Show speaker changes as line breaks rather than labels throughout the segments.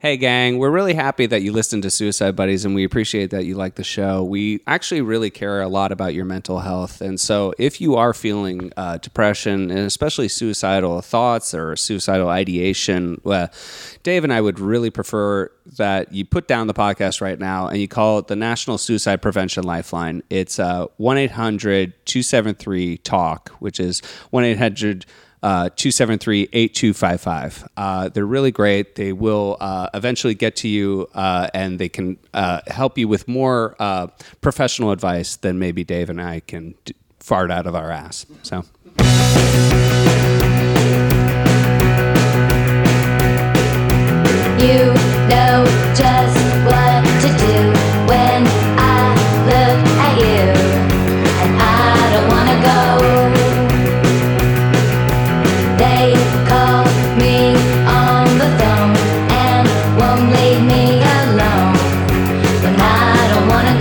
Hey, gang, we're really happy that you listened to Suicide Buddies and we appreciate that you like the show. We actually really care a lot about your mental health. And so, if you are feeling uh, depression and especially suicidal thoughts or suicidal ideation, well, Dave and I would really prefer that you put down the podcast right now and you call it the National Suicide Prevention Lifeline. It's uh, 1 800 273 TALK, which is 1 800 uh, 273-8255. Uh, they're really great. They will uh, eventually get to you uh, and they can uh, help you with more uh, professional advice than maybe Dave and I can d- fart out of our ass. So.
You know just what to do when I look at you, and I don't wanna go. They call me on the phone and won't leave me alone when I don't wanna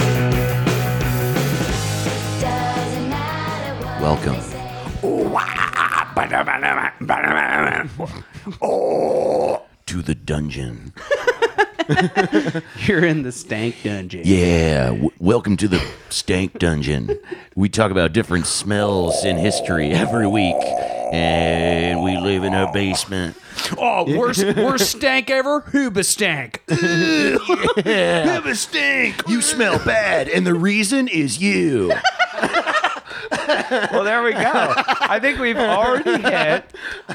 go. Doesn't matter what
Welcome.
they say.
To the dungeon.
You're in the stank dungeon.
Yeah, w- welcome to the stank dungeon. We talk about different smells in history every week, and we live in a basement.
Oh, worst worst stank ever? Hooba stank.
Have a stink. You smell bad, and the reason is you.
Well, there we go. I think we've already hit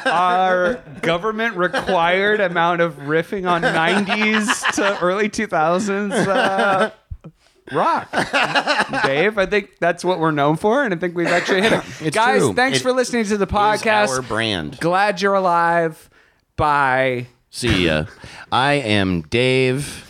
our government required amount of riffing on 90s to early 2000s uh, rock. Dave, I think that's what we're known for, and I think we've actually hit it.
It's
Guys,
true.
thanks
It
for listening to the
Is our
podcast.
brand.
Glad you're alive. Bye.
See ya. I am Dave.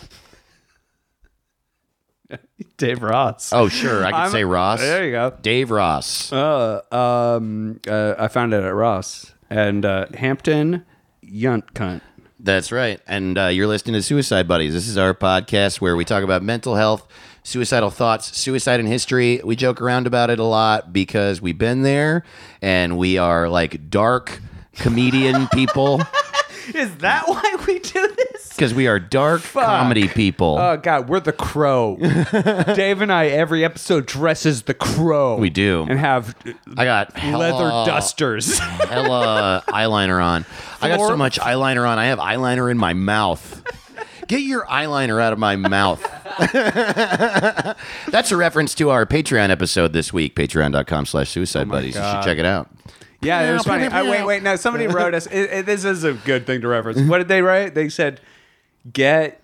Dave Ross.
Oh, sure, I can
I'm-
say Ross.
There you go.
Dave Ross.
Uh, um, uh, I found it at Ross and uh, Hampton Yunt Cunt.
That's right. And uh, you're listening to Suicide Buddies. This is our podcast where we talk about mental health, suicidal thoughts, suicide in history. We joke around about it a lot because we've been there and we are like dark comedian people
Is that why we do this?
because we are dark comedy people.
Oh God, we're the crow. Dave and I every episode dresses the crow.
we do.
and have
I got
leather
hella-
dusters.
hella eyeliner on. I got so
Flor-
much eyeliner on. I have eyeliner in my mouth. Get your eyeliner out of my mouth. That's a reference to our Patreon episode this week, patreon.com slash suicide buddies. You should check it out.
yeah, it was funny. I, wait, wait, no. Somebody wrote us. It, it- this is a good thing to reference. What did they write? They said, "Get,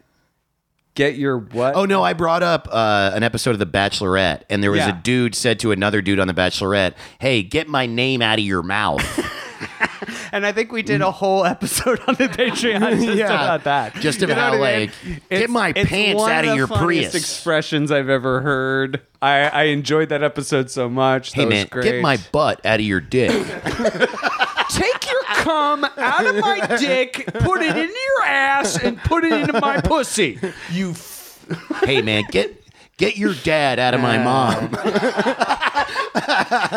get your what?
Oh no, I brought up uh, an episode of The Bachelorette, and there was
Yeah.
a dude said to another dude on The Bachelorette, Hey, get my name out of your mouth.
And I think we did
Mm.
a whole episode on the Patreon just about that.
Just
know
about,
what I
like, "Get my pants
one
out of
the
your
funniest
Prius."
Expressions I've ever heard. I, I enjoyed that episode so much.
hey
that
man,
was great.
get my butt out of your dick.
take your cum out of my dick, put it into your ass, and put it into my pussy. You. F-
hey man, get get your dad out of my mom.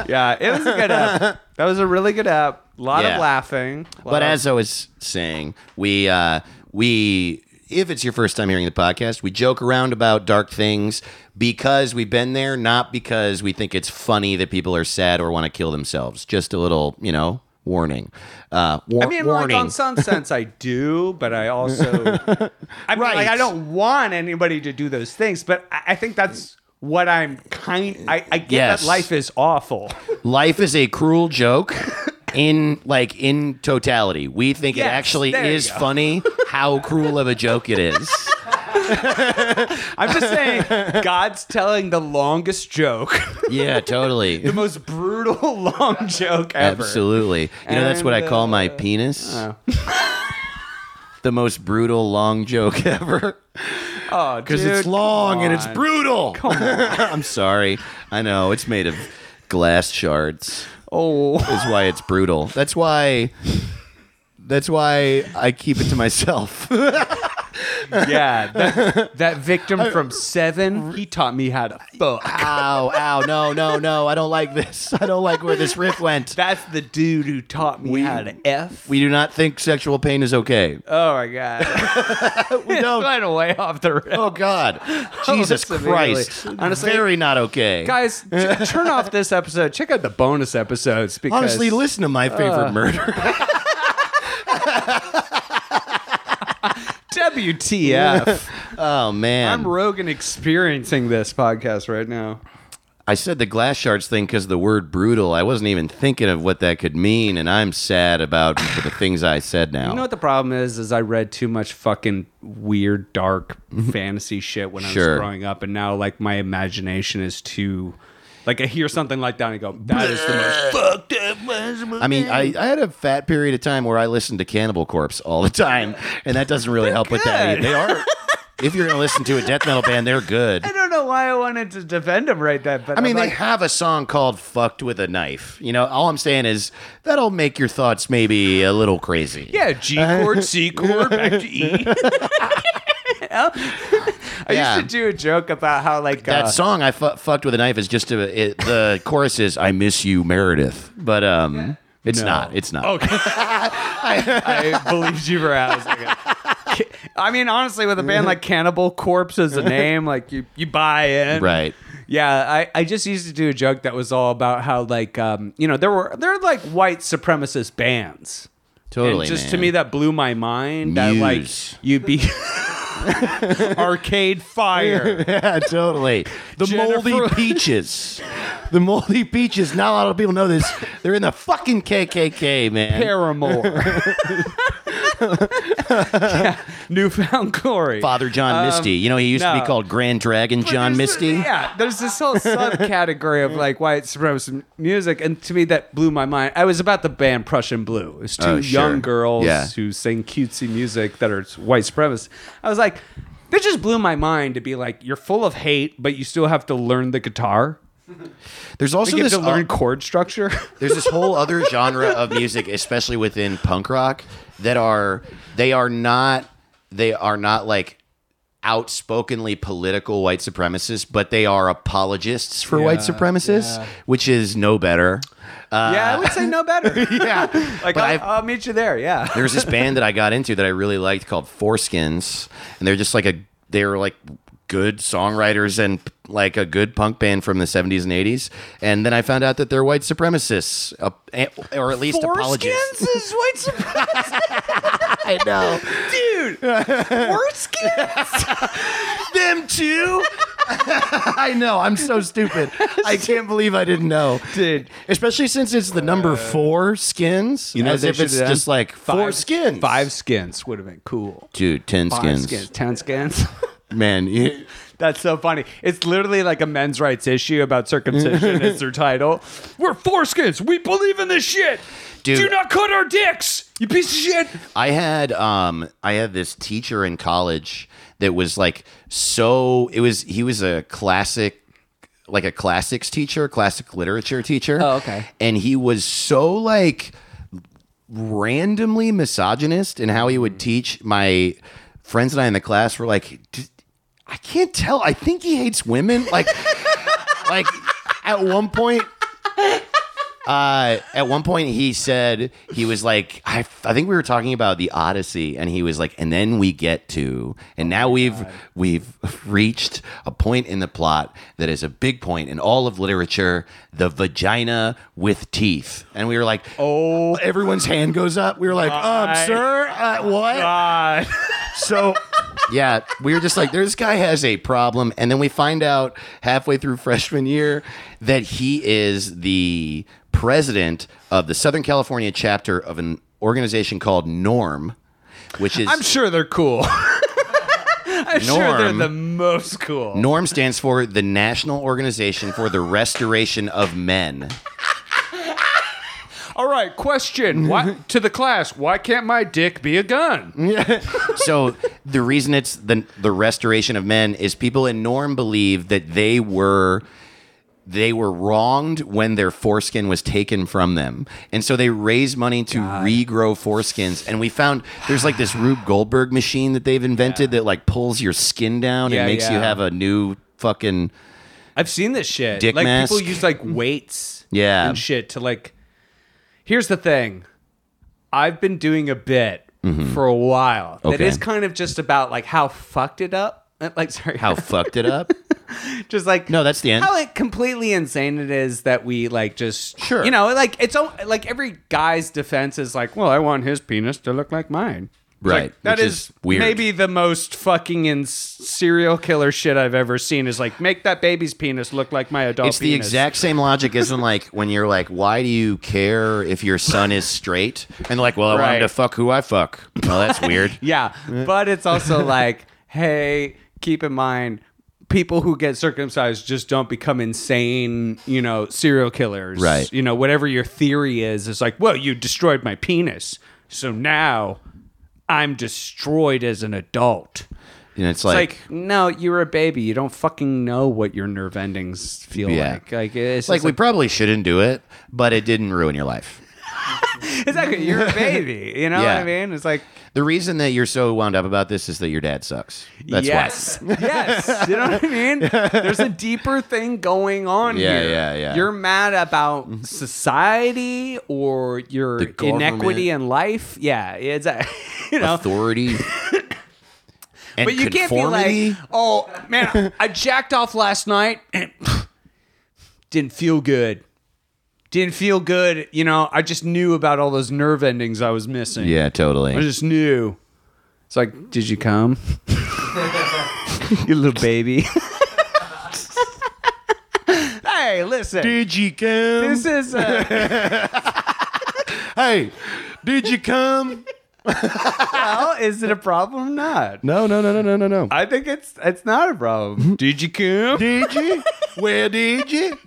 yeah, it was a good app. That was a really good app. A lot
Yeah.
of laughing.
But as I was saying, we uh, we if it's your first time hearing the podcast, we joke around about dark things because we've been there, not because we think it's funny that people are sad or want to kill themselves. Just a little, you know, warning. Uh, war-
I mean,
warning.
like on some sense, I do, but I also, I mean,
Right.
like I don't want anybody to do those things, but I, I think that's what I'm kind. I, I get
Yes.
that life is awful.
Life is a cruel joke. In like in totality, we think it
Yes,
actually
there you
is
go.
funny how cruel of a joke it is.
I'm just saying, God's telling the longest joke,
Yeah, totally.
the most brutal long joke ever.
Absolutely. You know, that's what I
And,
call my
uh,
penis. the most brutal long joke ever.
Oh,
Because
dude,
it's long and it's
come on.
brutal. I'm sorry. I know. It's made of glass shards,
Oh,
is why it's brutal. That's why. That's why I keep it to myself.
yeah, that, that victim from Seven, he taught me how to fuck.
ow, ow, no, no, no. I don't like this. I don't like where this riff went.
That's the dude who taught me how to f.
We do not think sexual pain is okay.
oh my god,
We don't.
went way off the rail.
Oh God, Jesus
that's amazing.
Christ!
Honestly-
very not okay.
Guys, t- turn off this episode. Check out the bonus episodes because Uh.
Honestly, listen to my favorite murder.
WTF?
Oh man,
I'm Rogan experiencing this podcast right now.
I said the glass shards thing because the word brutal. I wasn't even thinking of what that could mean, and I'm sad about for the things I said now.
You know what the problem is? Is I read too much fucking weird, dark fantasy shit when I
Mm-hmm. Sure.
was growing up, and now like my imagination is too. Like I hear something like that and I go, that is the most. Fuck.
I mean, I, I had a fat period of time where I listened to Cannibal Corpse all the time, and that doesn't really help with that.
good.
They are. if you're gonna listen to a death metal band, they're good.
I don't know why I wanted to defend him right then, but
I mean,
I'm
they
like,
have a song called "Fucked with a Knife." You know, all I'm saying is that'll make your thoughts maybe a little crazy.
yeah, G chord, C chord, back to E. I
Yeah.
used to do a joke about how like
That
uh,
song "I fu- fucked with a knife" is just a, it, the chorus is "I miss you, Meredith," but um, it's
No.
not. It's not.
Okay. I, I believed you for a second. I mean, honestly, with a band like Cannibal Corpse as a name, like you, you buy in,
Right.
Yeah, I, I just used to do a joke that was all about how like um, you know there were there are like white supremacist bands.
Totally.
and just to
man.
me that blew my mind that like
Muse.
you'd be Arcade Fire.
yeah, totally. The
Jennifer-
moldy peaches. The moldy peaches. Not a lot of people know this. They're in the fucking KKK, man.
Paramore. Yeah, Newfound Glory.
Father John Misty. You know, he used to
Um, no.
be called Grand Dragon John
There's
Misty.
this- yeah, there's this whole subcategory of like white supremacist music, and to me that blew my mind. I was about the band Prussian Blue. It's two
Oh, sure.
young girls
Yeah.
who sing cutesy music that are white supremacist. I was like, that just blew my mind to be like, you're full of hate, but you still have to learn the guitar.
There's also
You have
this
to learn
uh,
chord structure.
There's this whole other genre of music, especially within punk rock, that are they are not they are not like outspokenly political white supremacists, but they are apologists for white
Yeah,
supremacists, which is no better.
yeah, I would say no better.
Yeah.
like
but I've-
I'll, I'll meet you there. Yeah.
there's this band that I got into that I really liked called Foreskins, and they're just like a they're like good songwriters and like a good punk band from the 70s and 80s. And then I found out that they're white supremacists, uh, eh, or at least apologists.
Foreskins is white supremacy.
I know
Dude, foreskins?
them too. I know. I'm so stupid. I can't believe I didn't know.
Dude, Uh,
Especially since it's the number four skins. You
know,
as
they
if
should
it's
have done
just like four
Five-
skins.
Five skins would have been cool.
Dude, ten
Five
skins.
skins. Ten skins.
Man, you-
That's so funny. It's literally like a men's rights issue about circumcision is their title. We're foreskins. We believe in this shit.
Dude.
Do not cut our dicks, you piece of shit.
I had um I had this teacher in college that was like so it was he was a classic like a classics teacher, classic literature teacher.
Oh, okay.
And he was so like randomly misogynist in how he
Mm.
would teach my friends and I in the class were like "D- I can't tell. I think he hates women. Like like at one point uh, at one point he said he was like I, I think we were talking about the odyssey and he was like and then we get to and now we've we've reached a point in the plot that is a big point in all of literature the vagina with teeth and we were like oh everyone's hand goes up we were like um
My
sir uh, what
God.
so yeah, we were just like, this guy has a problem, and then we find out halfway through freshman year that he is the president of the Southern California chapter of an organization called Norm, which is
I'm sure they're cool. I'm sure they're
Norm.
the most cool.
Norm stands for the National Organization for the Restoration of Men.
All right, question. Why, to the class, why can't my dick be a gun?
so the reason it's the the restoration of men is people in Norm believe that they were they were wronged when their foreskin was taken from them. And so they raised money to regrow foreskins. And we found there's like this Rube Goldberg machine that they've invented that like pulls your skin down
Yeah,
and makes you
yeah.
have a new fucking.
I've seen this shit.
Dick
like people
mask.
use like weights
Yeah.
and shit to like Here's the thing. I've been doing a bit for a while that
Mm-hmm. Okay.
is kind of just about like how fucked it up. Uh, Like sorry.
How fucked it up?
just like
No, that's the end.
How like, completely insane it is that we like just
Sure.
You know, like it's al- like every guy's defense is like, well, I want his penis to look like mine. It's like,
Right,
that
which
is,
is weird.
maybe the most fucking in serial killer shit I've ever seen. Is like make that baby's penis look like my adult.
It's the
penis.
exact same logic, isn't like when you're like, why do you care if your son is straight? And they're like, well, I want
Right.
him to fuck who I fuck. Well, that's weird.
Yeah, but it's also like, hey, keep in mind, people who get circumcised just don't become insane, you know, serial killers.
Right.
You know, whatever your theory is, it's like, well, you destroyed my penis, so now I'm destroyed as an adult.
And it's
It's
like,
like, no, you're a baby. You don't fucking know what your nerve endings feel
Yeah.
like. Like it's
it's like
just
we probably shouldn't do it, but it didn't ruin your life.
exactly you're a baby. You know
Yeah.
what I mean? It's like
The reason that you're so wound up about this is that your dad sucks. That's
yes. yes. You know what I mean? There's a deeper thing going on
Yeah,
here.
yeah, yeah. Mm-hmm.
You're mad about society or your
The government.
inequity in life. Yeah. It's a, you
why.
know.
Authority. and
But you
conformity.
can't be like, oh man, I jacked off last night and didn't feel good. Didn't feel good. You know, I just knew about all those nerve endings I was missing.
yeah, totally.
I just knew. It's like, did you come? you little baby. hey, listen.
did you come?
This is uh,
hey, did you come?
well, is it a problem? Not.
No, no, no, no, no, no, no.
I think it's it's not a problem. Did you come?
Did you? Where did you?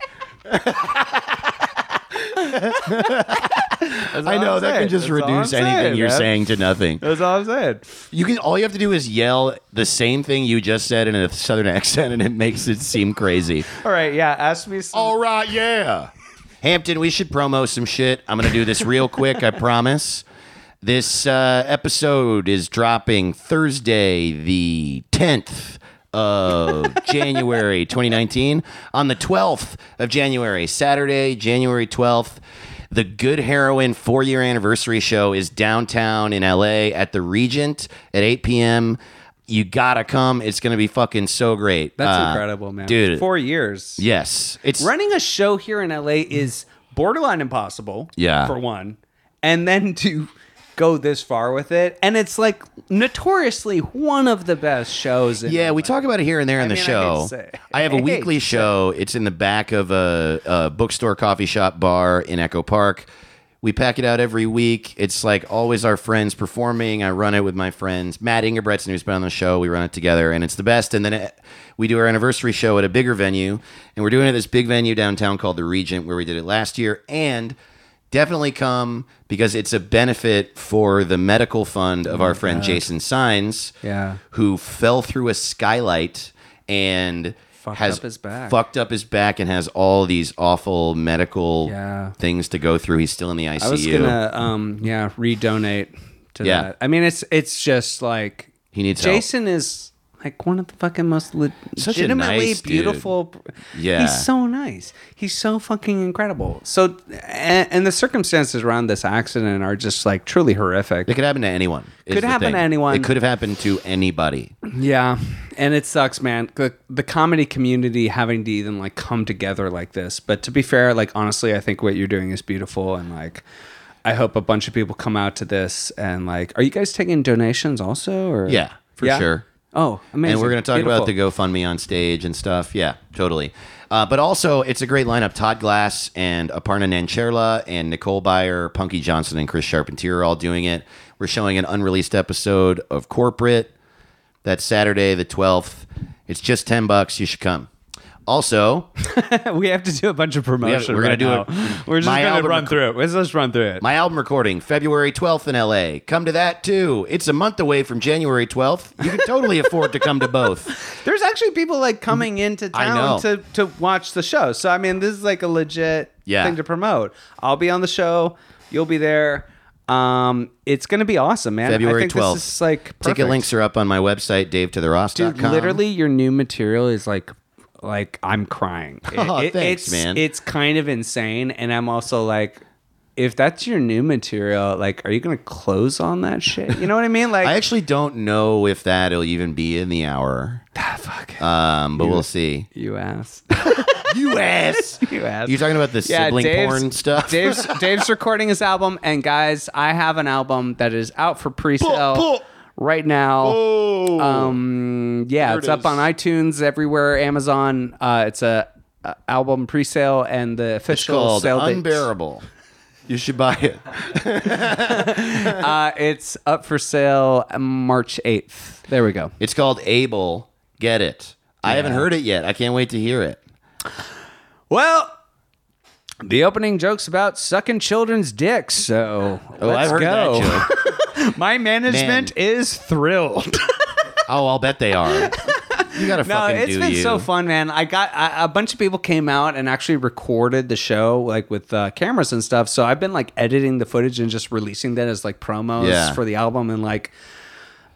I know
I'm
that
saying.
can just
That's all I'm
reduce anything
saying,
you're
man.
saying to nothing.
That's all I'm saying.
You can all you have to do is yell the same thing you just said in a southern accent, and it makes it seem crazy.
All right, yeah. Ask me. Some,
All right, yeah. Hampton, we should promo some shit. I'm going to do this real quick, I promise. This uh, episode is dropping Thursday, the 10th of January 2019. On the 12th of January, Saturday, January 12th, the Good Heroin four year anniversary show is downtown in LA at the Regent at 8 p.m. You gotta come. It's gonna be fucking so great.
That's
Uh,
incredible, man.
Dude.
four years.
Yes. It's
Running a show here in LA is borderline impossible.
Mm. Yeah.
For one. And then to go this far with it. And it's like notoriously one of the best shows. In
Yeah, we
LA.
talk about it here and there in the
mean, I hate to
show.
say-
I, have a
I hate
weekly
to
show. It's in the back of a, a bookstore, coffee shop, bar in Echo Park. We pack it out every week. It's like always our friends performing. I run it with my friends. Matt Ingebretson, who's been on the show, we run it together, and it's the best. And then it, we do our anniversary show at a bigger venue, and we're doing it at this big venue downtown called the Regent, where we did it last year. And definitely come because it's a benefit for the medical fund of our friend Jason Signs
Oh Yeah.
who fell through a skylight and
Fucked
has
up his back.
fucked up his back and has all these awful medical
Yeah.
things to go through. He's still in the ICU.
I was gonna um yeah, redonate to
Yeah.
that. I mean it's it's just like
he needs help.
Jason is like one of the fucking most le-
Such a
legitimately
nice dude.
beautiful.
Yeah.
he's so nice. He's so fucking incredible. So, and, and the circumstances around this accident are just like truly horrific.
It could happen to anyone. is
Could
the
happen
thing.
to anyone.
It could have happened to anybody.
Yeah, and it sucks, man. The, the comedy community having to even like come together like this. But to be fair, like honestly, I think what you're doing is beautiful, and like I hope a bunch of people come out to this. And like, are you guys taking donations also? Or
Yeah, for sure.
Oh, amazing!
And we're going to talk about
Beautiful.
the GoFundMe on stage and stuff. Yeah, totally. Uh, but also, it's a great lineup. Todd Glass and Aparna Nancherla and Nicole Byer, Punky Johnson, and Chris Charpentier are all doing it. We're showing an unreleased episode of Corporate. That's Saturday, the 12th. It's just 10 bucks. You should come. Also,
we have to do a bunch of promotion.
we're gonna
right
do
now.
a-
We're just going
my
to
album
run
rec-
through it. Let's just run through it.
my album recording, February 12th in LA. Come to that too. It's a month away from January 12th. You can totally afford to come to both.
There's actually people like coming into
Mm, I
town
know.
to, to watch the show. So I mean, this is like a legit
Yeah.
thing to promote. I'll be on the show. You'll be there. Um, it's gonna be awesome, man. I
February
think
12th.
This is like perfect.
Ticket links are up on my website, davetotheross.com.
Dude, literally, your new material is like, like I'm crying. It-
Oh,
it-
thanks,
it's,
man.
It's kind of insane, and I'm also like. If that's your new material, like, are you gonna close on that shit? You know what I mean? Like,
I actually don't know if that'll even be in the hour,
ah, fuck
um, but we'll see.
you ass,
You ass.
you ass.
You talking about the sibling
Dave's-
porn stuff?
Dave's Dave's recording his album, and guys, I have an album that is out for pre-sale
Pull, pull.
right now.
Oh.
Um, yeah,
There
it's
it
up
is.
on iTunes, everywhere, Amazon. Uh, it's a, a album pre-sale, and the
it's
official
called
sale date-
Unbearable. You should buy it.
Uh, it's up for sale March eighth. There we go.
It's called Able. Get it. I haven't heard it yet. I can't wait to hear it.
Well. The opening joke's about sucking children's dicks, so
Oh,
let's
I've heard
go.
that joke.
My management is thrilled.
Oh, I'll bet they are. You gotta
No,
fucking
it's
do
been
you.
so fun, man. I got I, a bunch of people came out and actually recorded the show like with uh, cameras and stuff. So I've been like editing the footage and just releasing that as like promos
Yeah.
for the album, and like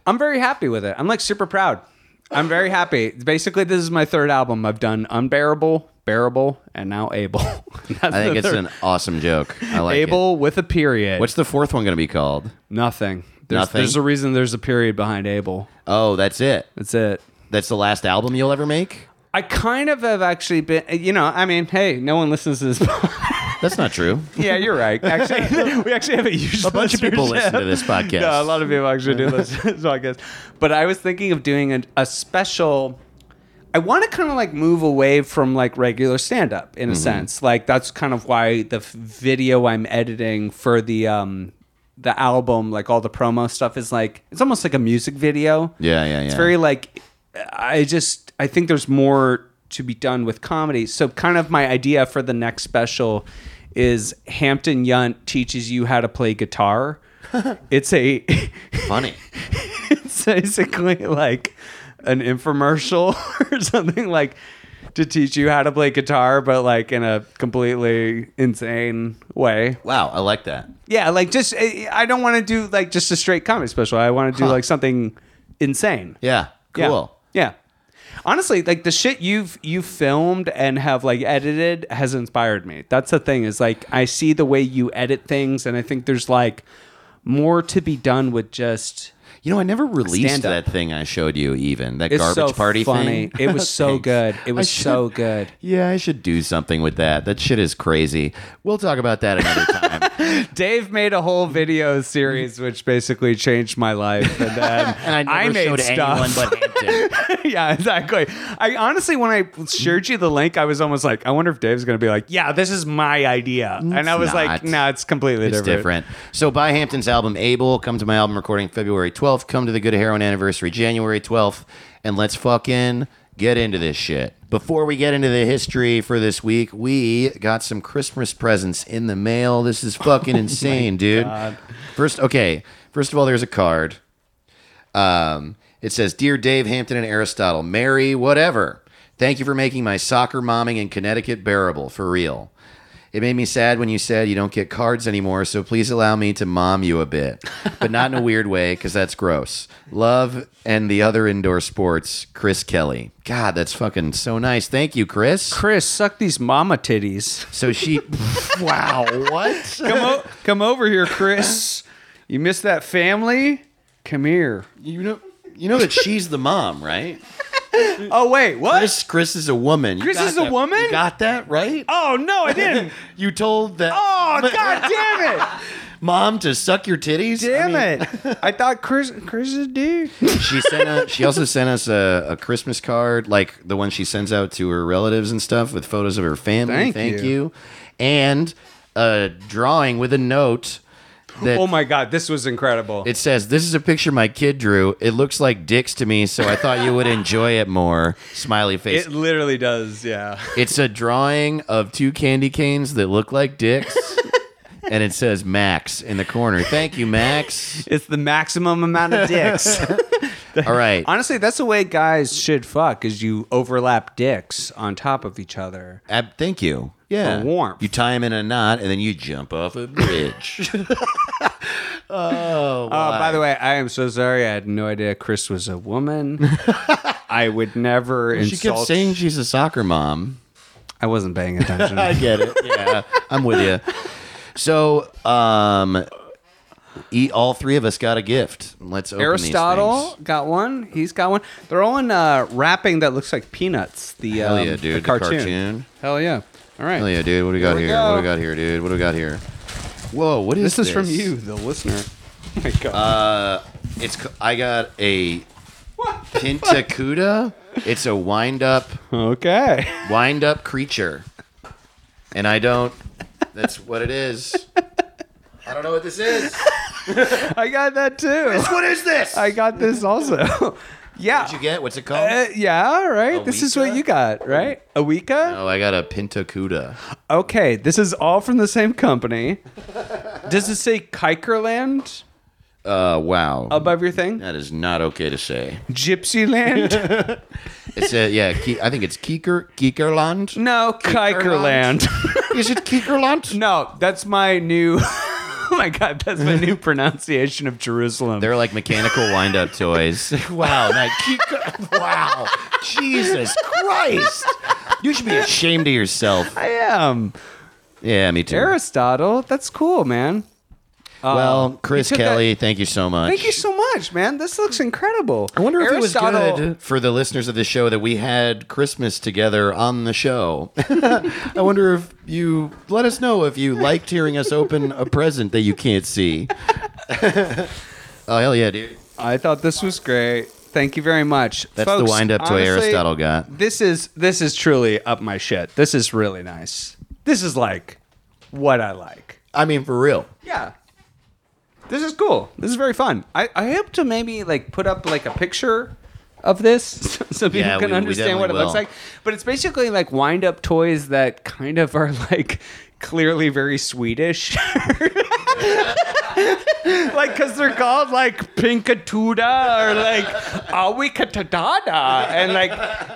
I'm very happy with it. I'm like super proud. I'm very happy. Basically, this is my third album. I've done unbearable, bearable, and now able.
I think it's an awesome joke. I like
able with a period.
it. What's the fourth one gonna be called?
nothing? There's,
Nothing?
There's a reason. There's a period behind able.
Oh, that's it.
That's it.
That's the last album you'll ever make?
I kind of have actually been, you know, I mean, hey, no one listens to this
That's not true.
Yeah, you're right. Actually, we actually have a huge
A bunch of people
listenership.
listen to this podcast.
No, a lot of people actually do listen to this podcast. But I was thinking of doing a, a special. I want to kind of like move away from like regular stand up in a
Mm-hmm.
sense. Like that's kind of why the f- video I'm editing for the um the album, like all the promo stuff, is like it's almost like a music video.
Yeah, yeah, yeah.
It's very like I just I think there's more to be done with comedy. So kind of my idea for the next special is Hampton Yunt teaches you how to play guitar. it's a
funny.
it's basically like an infomercial or something like to teach you how to play guitar but like in a completely insane way.
Wow, I like that.
Yeah, like just I I don't want to do like just a straight comedy special. I want to do
Huh.
like something insane.
Yeah, cool.
Yeah. yeah. Honestly, like the shit you've you filmed and have like edited has inspired me. That's the thing is like I see the way you edit things and I think there's like more to be done with just
You know, I never released
Stand up.
that thing I showed you even that
it's
garbage
so
party
funny.
thing.
It was so
Thanks.
good. It was
I should-
so good.
Yeah, I should do something with that. That shit is crazy. We'll talk about that another time.
Dave made a whole video series which basically changed my life and then made stuff.
but Hampton.
yeah, exactly. I honestly, when I shared you the link, I was almost like, I wonder if Dave's going to be like, yeah, this is my idea. and I was like,
not.
no, it's completely
It's
different.
different. So buy Hampton's album Able. Come to my album recording February 12th. Come to the Good Heroin anniversary January 12th. And let's fucking get into this shit. Before we get into the history for this week, we got some Christmas presents in the mail. This is fucking insane, dude. First, okay. First of all, there's a card. Um, it says, "Dear Dave Hampton and Aristotle, Mary, whatever. Thank you for making my soccer momming in Connecticut bearable for real. It made me sad when you said you don't get cards anymore, so please allow me to mom you a bit, but not in a weird way because that's gross. Love and the other indoor sports, Chris Kelly. God, that's fucking so nice. Thank you, Chris.
Chris, suck these mama titties.
So she, wow, what?
Come, o- come over here, Chris. You miss that family? Come here.
You know, you know that she's the mom, right?
Oh, wait, what?
Chris, Chris is a woman. You
Chris
got
is a
that-
woman?
You got that right?
Oh, no, I didn't.
You told that
Oh, god damn it.
mom to suck your titties.
Damn it. I thought Chris, Chris is a dude.
it! She sent. Us, she also sent us a, a Christmas card, like the one she sends out to her relatives and stuff, with photos of her family.
Thank
Thank,
you.
you. and a drawing with a note That
oh my god, this was incredible.
It says, "This is a picture my kid drew. It looks like dicks to me, so I thought you would enjoy it more." Smiley face.
it literally does, yeah.
it's a drawing of two candy canes that look like dicks, and it says Max in the corner. Thank you, Max.
It's the maximum amount of dicks.
All right.
Honestly, that's the way guys should fuck is you overlap dicks on top of each other.
Ab- thank you. Yeah.
For warmth.
You tie him in a knot, and then you jump off a bridge. oh.
Oh, by the way, I am so sorry. I had no idea Chris was a woman. I would never
she
insult.
kept saying she's a soccer mom.
I wasn't paying attention.
I get it. Yeah, I'm with you. So, um, e- all three of us got a gift. Let's open these
Aristotle
things.
got one. He's got one. They're all in uh, wrapping that looks like peanuts. The,
Hell
um,
yeah, dude!
the cartoon.
cartoon.
Hell yeah! All right.
Hell yeah, dude! What do we got
we
here? What do we
go.
got here, dude? What do we got here? Whoa! What is
This
this? Uh,
is from you, the listener. Oh my God.
It's c- I got a Pintacuda. It's a wind up,
okay.
wind up creature, and I don't. That's what it is. I don't know what this is.
I got that too.
What is this?
I got this also. yeah.
What'd you get? What's it
Uh,
called?
yeah, right. This is what
Awika?
you got, right? Awika?
Oh, I got a Pintacuda.
Okay, this is all from the same company. Does it say Kikerland
Uh, wow.
above your thing?
that is not okay to say.
Gypsyland?
It's a, yeah, Ki- I think it's Kiker Kikerland.
No, Kikerland.
Is it Kikerland?
no, that's my new. oh my god, that's my new pronunciation of Jerusalem.
They're like mechanical wind-up toys. wow, that Kiker, wow, Jesus Christ! You should be ashamed of yourself.
I am
Yeah, me too.
Aristotle. That's cool, man.
well, Chris
you took
Kelly, thank uh, you so much.
Thank you so much, man. This looks incredible.
I wonder if it was good for the listeners of the show that we had Christmas together on the show. I wonder if you let us know if you liked hearing us open a present that you can't see. oh hell yeah, dude!
I thought this was great. Thank you very much.
That's the
Folks,
wind-up toy
honestly,
Aristotle got.
This is this is truly up my shit. This is really nice. This is like what I like.
I mean, for real.
Yeah. This is cool. This is very fun. I, I hope to maybe like put up like a picture of this so so people
Yeah, we-
can
we
understand what it
definitely
looks
will.
like. But it's basically like wind up toys that kind of are like clearly very Swedish. like because they're called like Pinkatuda or like Awikatadada. And like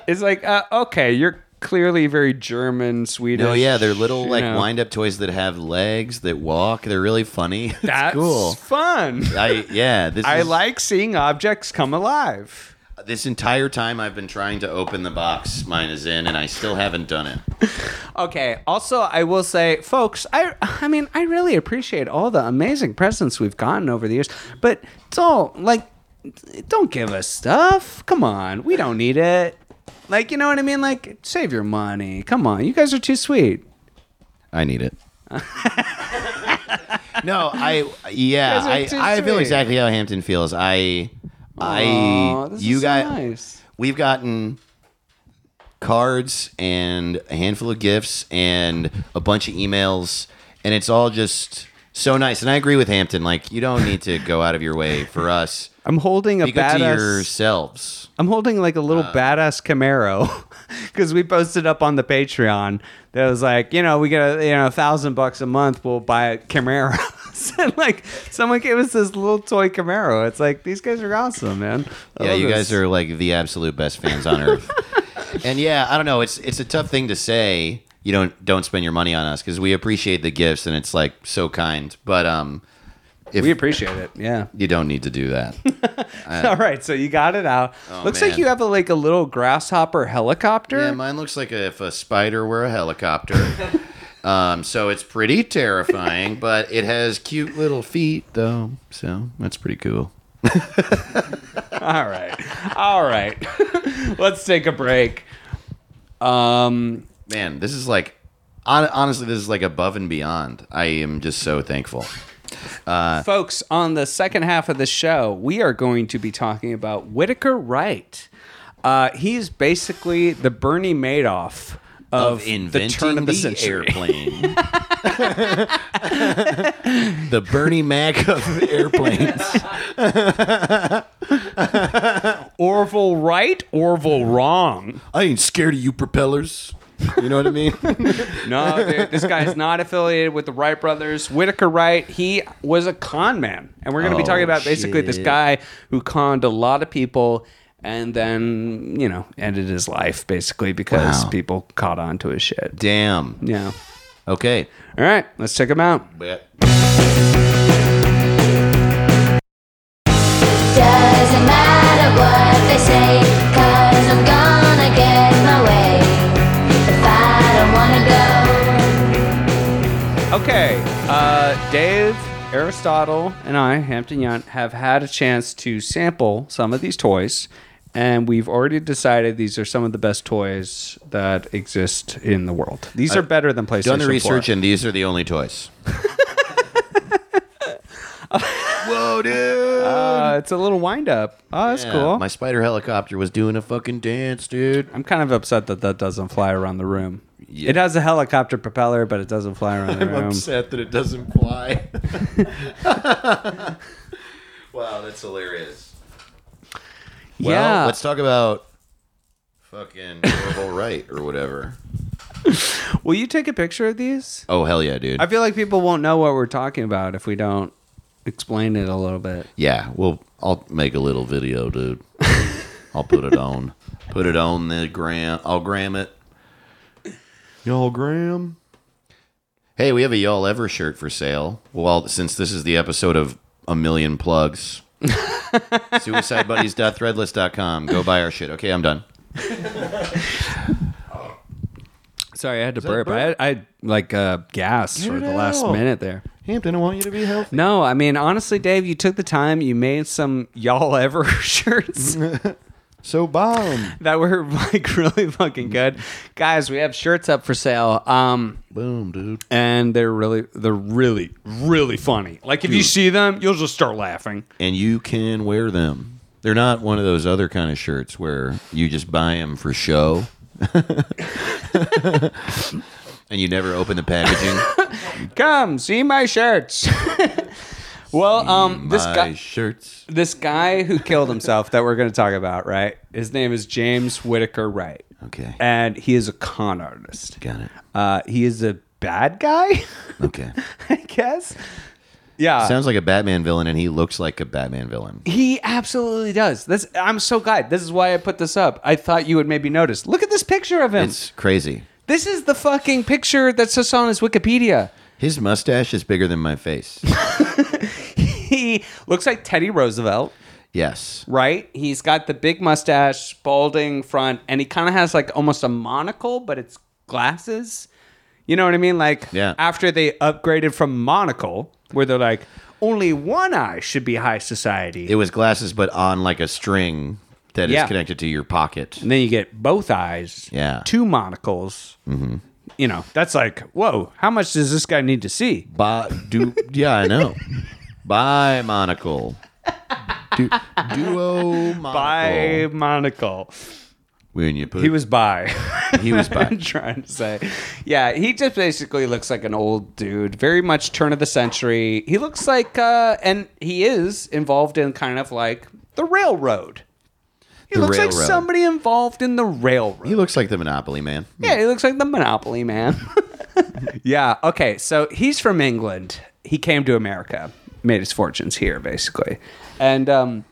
it's like uh, okay, you're clearly very German, Swedish.
No, Oh, yeah, they're little
you
like
know.
wind-up toys that have legs that walk. They're really funny. It's
That's
cool.
fun.
I yeah, this
I
is,
like seeing objects come alive.
this entire time I've been trying to open the box mine is in, and I still haven't done it.
Okay. Also, I will say, folks, I I mean, I really appreciate all the amazing presents we've gotten over the years, but don't like don't give us stuff. Come on. We don't need it. Like, you know what I mean? Like, save your money. Come on. You guys are too sweet.
I need it. no, I yeah,
guys are
I,
too
I feel
sweet.
exactly how Hampton feels. I I
Aw, this
you
is so
got
nice.
we've gotten cards and a handful of gifts and a bunch of emails and it's all just so nice. And I agree with Hampton. Like you don't need to go out of your way for us.
I'm holding a
Be good to
badass
yourselves.
I'm holding like a little
Uh.
badass Camaro because we posted up on the Patreon that was like, you know, we get a you know a thousand bucks a month, we'll buy Camaros. and like someone gave us this little toy Camaro. It's like these guys are awesome, man. I
Yeah,
love
you
this.
guys are like the absolute best fans on earth. and yeah, I don't know. It's it's a tough thing to say. You don't don't spend your money on us because we appreciate the gifts and it's like so kind. But um, if
We appreciate it. Yeah.
you don't need to do that.
All right, so you got it out. Looks like
Oh, man.
you have a, like a little grasshopper helicopter.
yeah, mine looks like if a spider were a helicopter. um, so it's pretty terrifying, but it has cute little feet though. So that's pretty cool.
All right. All right. Let's take a break. Um
Man, this is like hon- honestly, this is like above and beyond. I am just so thankful.
Folks, on the second half of the show, we are going to be talking about Whitaker Wright. Uh, he's basically the Bernie Madoff
of,
of
inventing
the turn of the century.
airplane. the Bernie Mac of airplanes.
Orville right, Orville wrong.
I ain't scared of you propellers. You know what I mean?
No, dude, this guy's not affiliated with the Wright brothers. Whitaker Wright, he was a con man. And we're going to be
Oh,
talking about basically this
shit.
guy who conned a lot of people and then, you know, ended his life basically because
Wow.
people caught on to his shit.
Damn.
Yeah.
Okay.
All right, let's check him out.
But
Doesn't matter what they say, cause I'm gonna get my way. If I don't wanna go,
Okay, uh, Dave, Aristotle, and I, Hampton Yount, have had a chance to sample some of these toys, and we've already decided these are some of the best toys that exist in the world. These are better than PlayStation.
done the
4.
research, and these are the only toys. Whoa, dude.
Uh, it's a little wind up. Oh, that's
Yeah,
cool.
My spider helicopter was doing a fucking dance, dude.
I'm kind of upset that that doesn't fly around the room.
Yeah.
It has a helicopter propeller, but it doesn't fly around the room.
that it doesn't fly. wow, that's hilarious. Well,
yeah.
let's talk about fucking Orville Wright or whatever.
Will you take a picture of these?
Oh hell yeah, dude.
I feel like people won't know what we're talking about if we don't explain it a little bit.
yeah, well, I'll make a little video, dude. I'll put it on, put it on the gram. I'll gram it. Y'all gram. Hey, we have a y'all ever shirt for sale. Well, since this is the episode of a million plugs, suicidebuddies.threadless.com. Go buy our shit. Okay, I'm done.
Sorry, I had to burp. I, had, I had, like uh, gas for
it
the last
out.
minute there.
Hampton, I want you to be healthy.
No, I mean honestly, Dave, you took the time. You made some y'all ever shirts
So bomb.
that were like really fucking good, guys. We have shirts up for sale. Um,
Boom, dude.
and they're really they're really really funny. Like if you see them, you'll just start laughing.
And you can wear them. They're not one of those other kind of shirts where you just buy them for show. and you never open the packaging.
Come see my shirts. well, um, this
My
guy
shirts.
this guy who killed himself that we're going to talk about, right? His name is James Whitaker Wright.
Okay.
And he is a con artist.
Got it.
Uh, he is a bad guy,
Okay.
I guess. Yeah.
Sounds like a Batman villain, and he looks like a Batman villain.
He absolutely does. This I'm so glad. This is why I put this up. I thought you would maybe notice. Look at this picture of him.
It's crazy.
This is the fucking picture that's just on his Wikipedia.
His mustache is bigger than my face.
He looks like Teddy Roosevelt,
Yes.
right? He's got the big mustache, balding front, and he kind of has like almost a monocle, but it's glasses. You know what I mean? Like
Yeah.
after they upgraded from monocle, where they're like only one eye should be high society,
It was glasses, but on like a string that is
Yeah.
connected to your pocket.
and then you get both eyes,
Yeah. Mm-hmm.
two monocles. You know, that's like, whoa, how much does this guy need to see?
Buy, do, yeah, I know. Buy monocle. Du, duo monocle.
Bi monocle.
When you put,
He was bi.
he was
I'm
bi.
trying to say. Yeah, he just basically looks like an old dude, very much turn of the century. He looks like, uh, and he is involved in kind of like the railroad. He
The
looks like
railroad.
somebody involved in the railroad.
He looks like the Monopoly man.
yeah, he looks like the Monopoly man. yeah, okay, so he's from England. He came to America, made his fortunes here, basically. And um,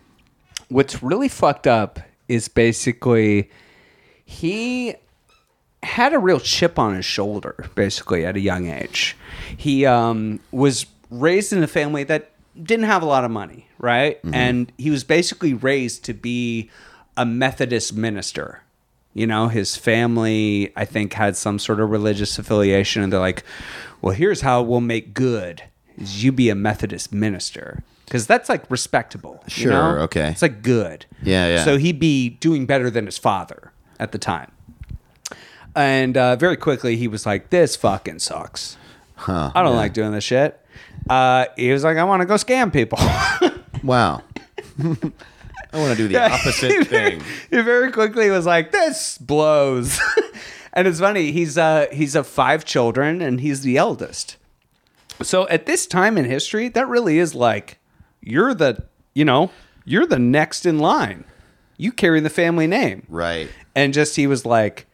what's really fucked up is basically he had a real chip on his shoulder basically at a young age he um, was raised in a family that didn't have a lot of money right
Mm-hmm.
and he was basically raised to be a methodist minister you know his family i think had some sort of religious affiliation and they're like well here's how we'll make good is you be a methodist minister because that's like respectable you
Sure,
know?
okay.
it's like good
Yeah, yeah.
so he'd be doing better than his father at the time and uh, very quickly he was like, "This fucking sucks.
Huh.
I don't like doing this shit." Uh, he was like, "I want to go scam people."
Wow. I want to do the opposite thing.
he very quickly was like, "This blows," And it's funny, he's uh he's of five children and he's the eldest. So at this time in history, that really is like you're the you know, you're the next in line. You carry the family name.
Right.
And just he was like,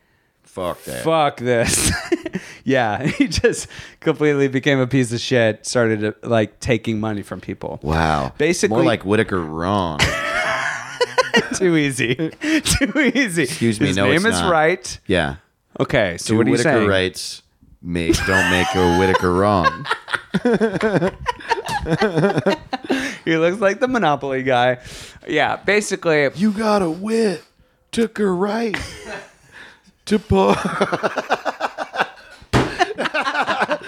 Fuck that.
fuck this. yeah, he just completely became a piece of shit, started uh, like taking money from people.
Wow.
Basically-
more like Whitaker wrong.
Too easy. Too easy.
Excuse me,
His
no,
name
it's
is
not.
right.
yeah.
Okay, so
Do
what are you
Whitaker
saying?
rights make don't make a Whitaker wrong.
He looks like the Monopoly guy. Yeah, basically,
You got a wit. Took her right. To par.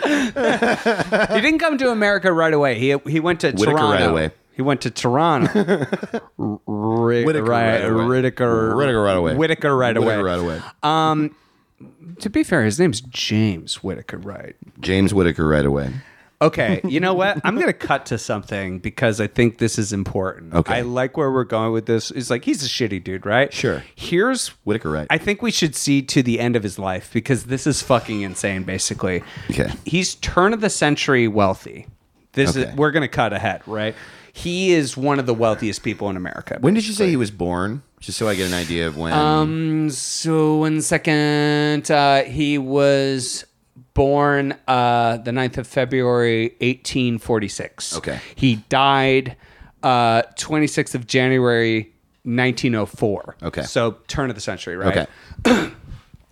he didn't come to America right away. He he went to
Whitaker
Toronto.
right away.
He went to Toronto. Ri-
Whitaker right away.
Whitaker,
Whitaker right away.
Whitaker right away.
Whitaker right away.
To be fair, his name's James Whitaker Wright.
James Whitaker right away.
Okay, you know what? I'm gonna cut to something because I think this is important.
Okay.
I like where we're going with this. It's like he's a shitty dude, right?
Sure.
Here's
Whitaker right.
I think we should see to the end of his life because this is fucking insane. Basically,
Okay.
he's turn of the century wealthy. This
Okay.
is we're gonna cut ahead, right? He is one of the wealthiest people in America.
When did you say he was born? Just so I get an idea of when.
Um, so one second, uh, he was born uh, the 9th of February, 1846.
Okay.
He died uh, 26th of January, 1904.
Okay.
So turn of the century, right?
okay.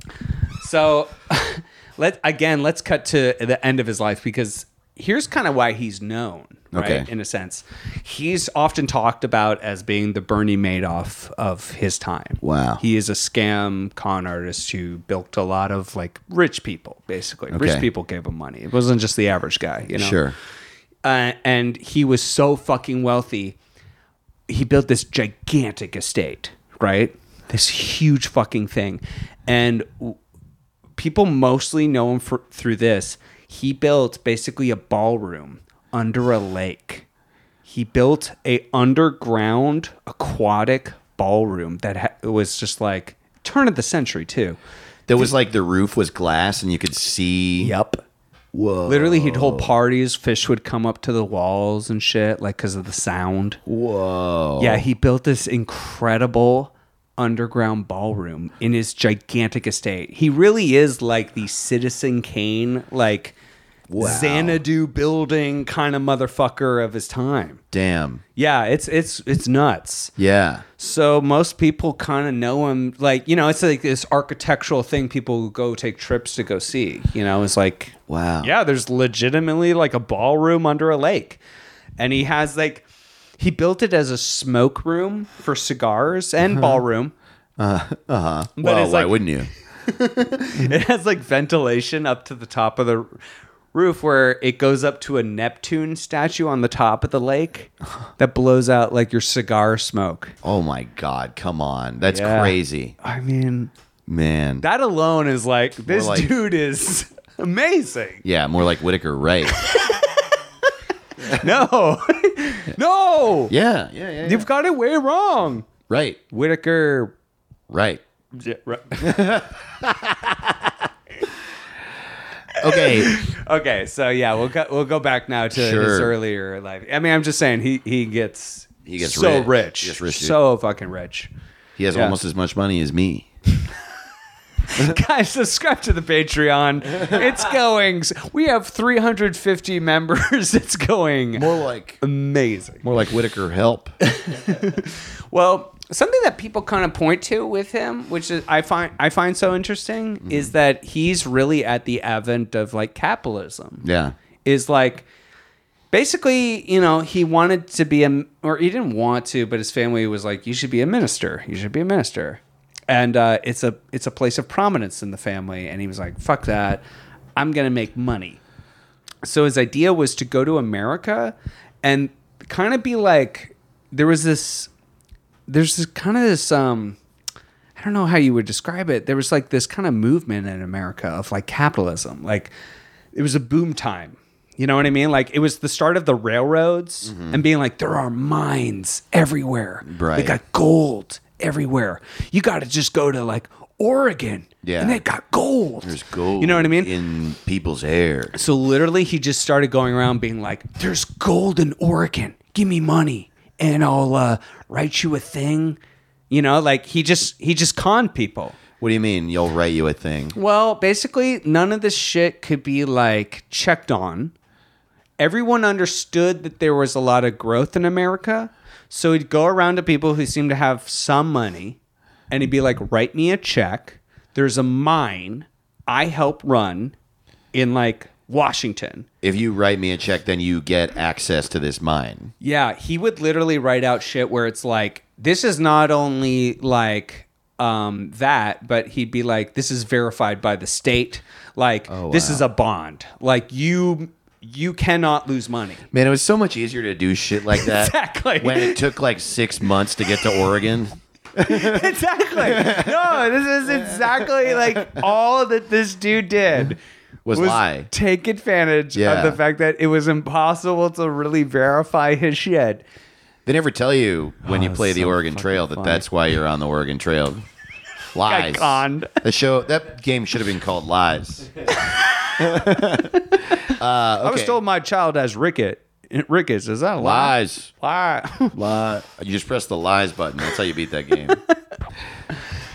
So let again, let's cut to the end of his life because here's kind of why he's known, right?
Okay.
In a sense, he's often talked about as being the Bernie Madoff of his time.
Wow.
he is a scam con artist who bilked a lot of like rich people. Basically, rich
Okay.
people gave him money. It wasn't just the average guy, you know.
Sure.
Uh, and he was so fucking wealthy he built this gigantic estate, right? This huge fucking thing. And w- people mostly know him for, through this. He built basically a ballroom under a lake. He built a underground aquatic ballroom that ha- was just like turn of the century too.
That was like the roof was glass and you could see.
Yep.
Whoa.
Literally, he'd hold parties. Fish would come up to the walls and shit, like because of the sound.
Whoa.
Yeah, he built this incredible underground ballroom in his gigantic estate. He really is like the Citizen Kane, like Xanadu building kind of motherfucker of his time.
Damn.
Yeah, it's it's it's nuts.
Yeah.
So most people kind of know him like, you know, it's like this architectural thing people go take trips to go see, you know, it's like
Wow.
yeah, there's legitimately like a ballroom under a lake. And he has like he built it as a smoke room for cigars and ballroom.
Well,
it's
why
like-
wouldn't you?
It has like ventilation up to the top of the roof where it goes up to a Neptune statue on the top of the lake that blows out like your cigar smoke.
Oh my God. Come on. That's
Yeah.
crazy.
I mean,
Man.
that alone is like this
like-
dude is amazing.
yeah, more like Whitaker right.
No. no.
yeah. Yeah. Yeah. yeah.
You've got it way wrong.
Right.
Whitaker
Right.
Yeah, right.
Okay.
okay, so yeah, we'll go, we'll go back now to his
Sure.
earlier life. I mean, I'm just saying he he gets
He gets
so
rich.
rich,
He gets rich, dude.
so fucking rich.
he has
Yeah.
almost as much money as me.
Guys, subscribe to the Patreon. It's going. s- We have 350 members. It's going
More like.
amazing.
More like Whitaker help.
Well, something that people kind of point to with him, which is I find I find so interesting,
Mm-hmm.
is that he's really at the advent of like capitalism.
Yeah.
is like basically, you know, he wanted to be a, or he didn't want to, but his family was like, you should be a minister. You should be a minister. And uh, it's a it's a place of prominence in the family. And he was like, fuck that. I'm gonna make money. So his idea was to go to America and kind of be like, there was this, there's this kind of this, um, I don't know how you would describe it. There was like this kind of movement in America of like capitalism. Like it was a boom time. You know what I mean? Like it was the start of the railroads and being like, there are mines everywhere. We
Mm-hmm. Right.
got gold everywhere. You got to just go to like
Oregon.
Yeah.
And they got gold.
There's gold.
You know what I mean?
In people's hair.
So
So literally, he just started going around being like, "There's gold in Oregon. Give me money, and I'll uh, write you a thing." You know, like he just he just conned people.
What do you mean? You'll write you a thing.
Well,
Well, basically, none of this shit could be like checked on. Everyone understood that there was a lot of growth in America. So he'd go around to people who seemed to have some money and he'd be like, write me a check. There's a mine I help run in like Washington.
If you write me a check, then you get access to this mine.
Yeah, he would literally write out shit where it's like, this is not only like um, that, but he'd be like, this is verified by the state. Like,
Oh,
this is a bond. Like, you you cannot lose money.
Man, it was so much easier to do shit like that.
Exactly.
When it took like six months to get to Oregon.
exactly. No, this is exactly like all that this dude did
Was lie.
take advantage
Yeah.
of the fact that it was impossible to really verify his shit.
They never tell you when you play the
Oh, so
Oregon
fucking
Trail that
funny.
that's why you're on the Oregon Trail. Lies.
conned.
The show that game should have been called Lies.
I was told my child has ricket. Rickets, is that a lie?
Lies.
Lie.
Lie. You just press the lies button. That's how you beat that game.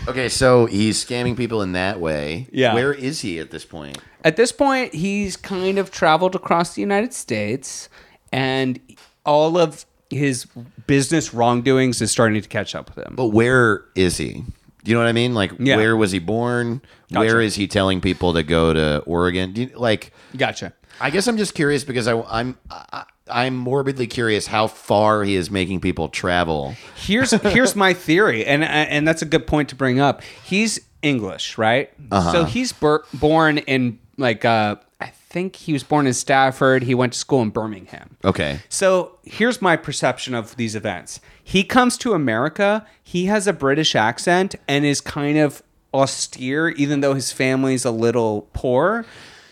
okay, so he's scamming people in that way.
Yeah.
Where is he at this point?
At this point, he's kind of traveled across the United States and all of his business wrongdoings is starting to catch up with him.
But where is he? Do you know what I mean? Like,
Yeah.
where was he born? Where is he telling people to go to Oregon? Do you, like,
Gotcha.
I guess I'm just curious because I, I'm I, I'm morbidly curious how far he is making people travel.
here's here's my theory, and and that's a good point to bring up. He's English, right? So he's bur- born in like uh, I think he was born in Stafford. He went to school in Birmingham.
Okay.
So here's my perception of these events. He comes to America. He has a British accent and is kind of austere, even though his family's a little poor.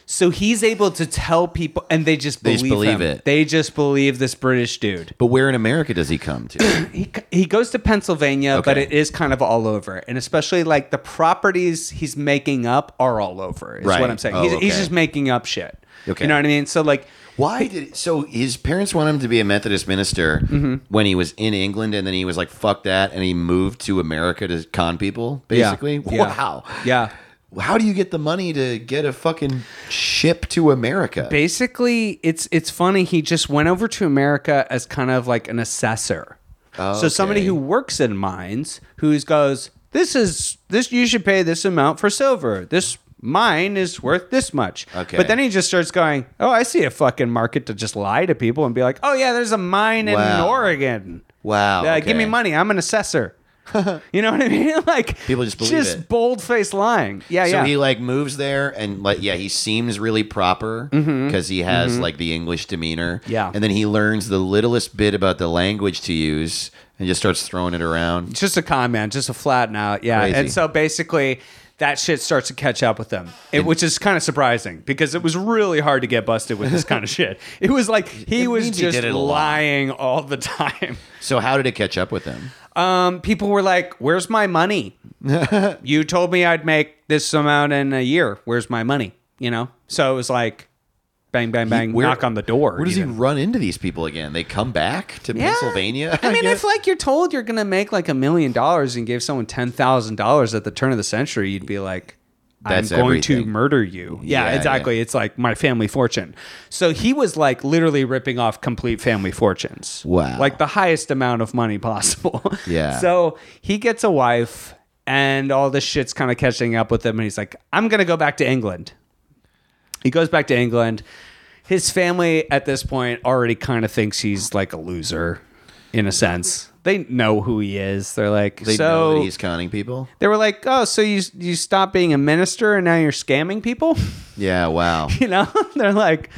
So he's able to tell people, and they just
They
believe,
just believe
him.
it.
They just believe this British dude
But where in America does he come to?
he, he goes to Pennsylvania, but
Okay.
it is kind of all over, and especially like the properties he's making up are all over. Is
Right.
what I'm saying.
Oh,
he's, he's
okay.
just making up shit.
Okay.
You know what I mean? So like,
Why did so his parents want him to be a Methodist minister
Mm-hmm.
when he was in England and then he was like fuck that and he moved to America to con people basically?
Yeah.
Wow.
yeah.
How do you get the money to get a fucking ship to America?
Basically, it's it's funny. He just went over to America as kind of like an assessor. So somebody
Okay.
who works in mines who goes, this is this you should pay this amount for silver. This mine is worth this much.
Okay.
But then he just starts going, oh, I see a fucking market to just lie to people and be like, oh yeah, there's a mine in
Wow.
Oregon.
wow.
Uh, Give me
okay.
money. I'm an assessor. you know what I mean? Like
People just believe
just
it.
bold faced lying. Yeah,
So
yeah.
he like moves there and like yeah, he seems really proper because he has like the English demeanor.
Yeah.
And then he learns the littlest bit about the language to use and just starts throwing it around.
just a con man, just a flatten out. Yeah.
Crazy.
And so basically that shit starts to catch up with them, it, which is kind of surprising because it was really hard to get busted with this kind of shit. It was like he
It
was
means he
just
did it a lot.
lying all the time.
So how did it catch up with him?
Um, people were like, "Where's my money? you told me I'd make this amount in a year. Where's my money?" You know. So it was like, bang, bang, bang,
Where-
knock on the door.
Where does
even.
he run into these people again? They come back to
Yeah.
Pennsylvania.
I mean,
guess?
if like you're told you're gonna make like a million dollars and gave someone ten thousand dollars at the turn of the century, you'd be like, "I'm
That's
going to
everything.
murder you." Yeah,
Yeah,
exactly. It's like my family fortune. So he was like literally ripping off complete family fortunes.
Wow.
like the highest amount of money possible.
Yeah.
So he gets a wife, and all this shit's kind of catching up with him, and he's like, "I'm gonna go back to England." He goes back to England. His family at this point already kind of thinks he's like a loser in a sense. They know who he is. They're like,
they know
so
that he's conning people.
they were like, oh, so you you stopped being a minister and now you're scamming people?
Yeah. Wow.
You know? They're like,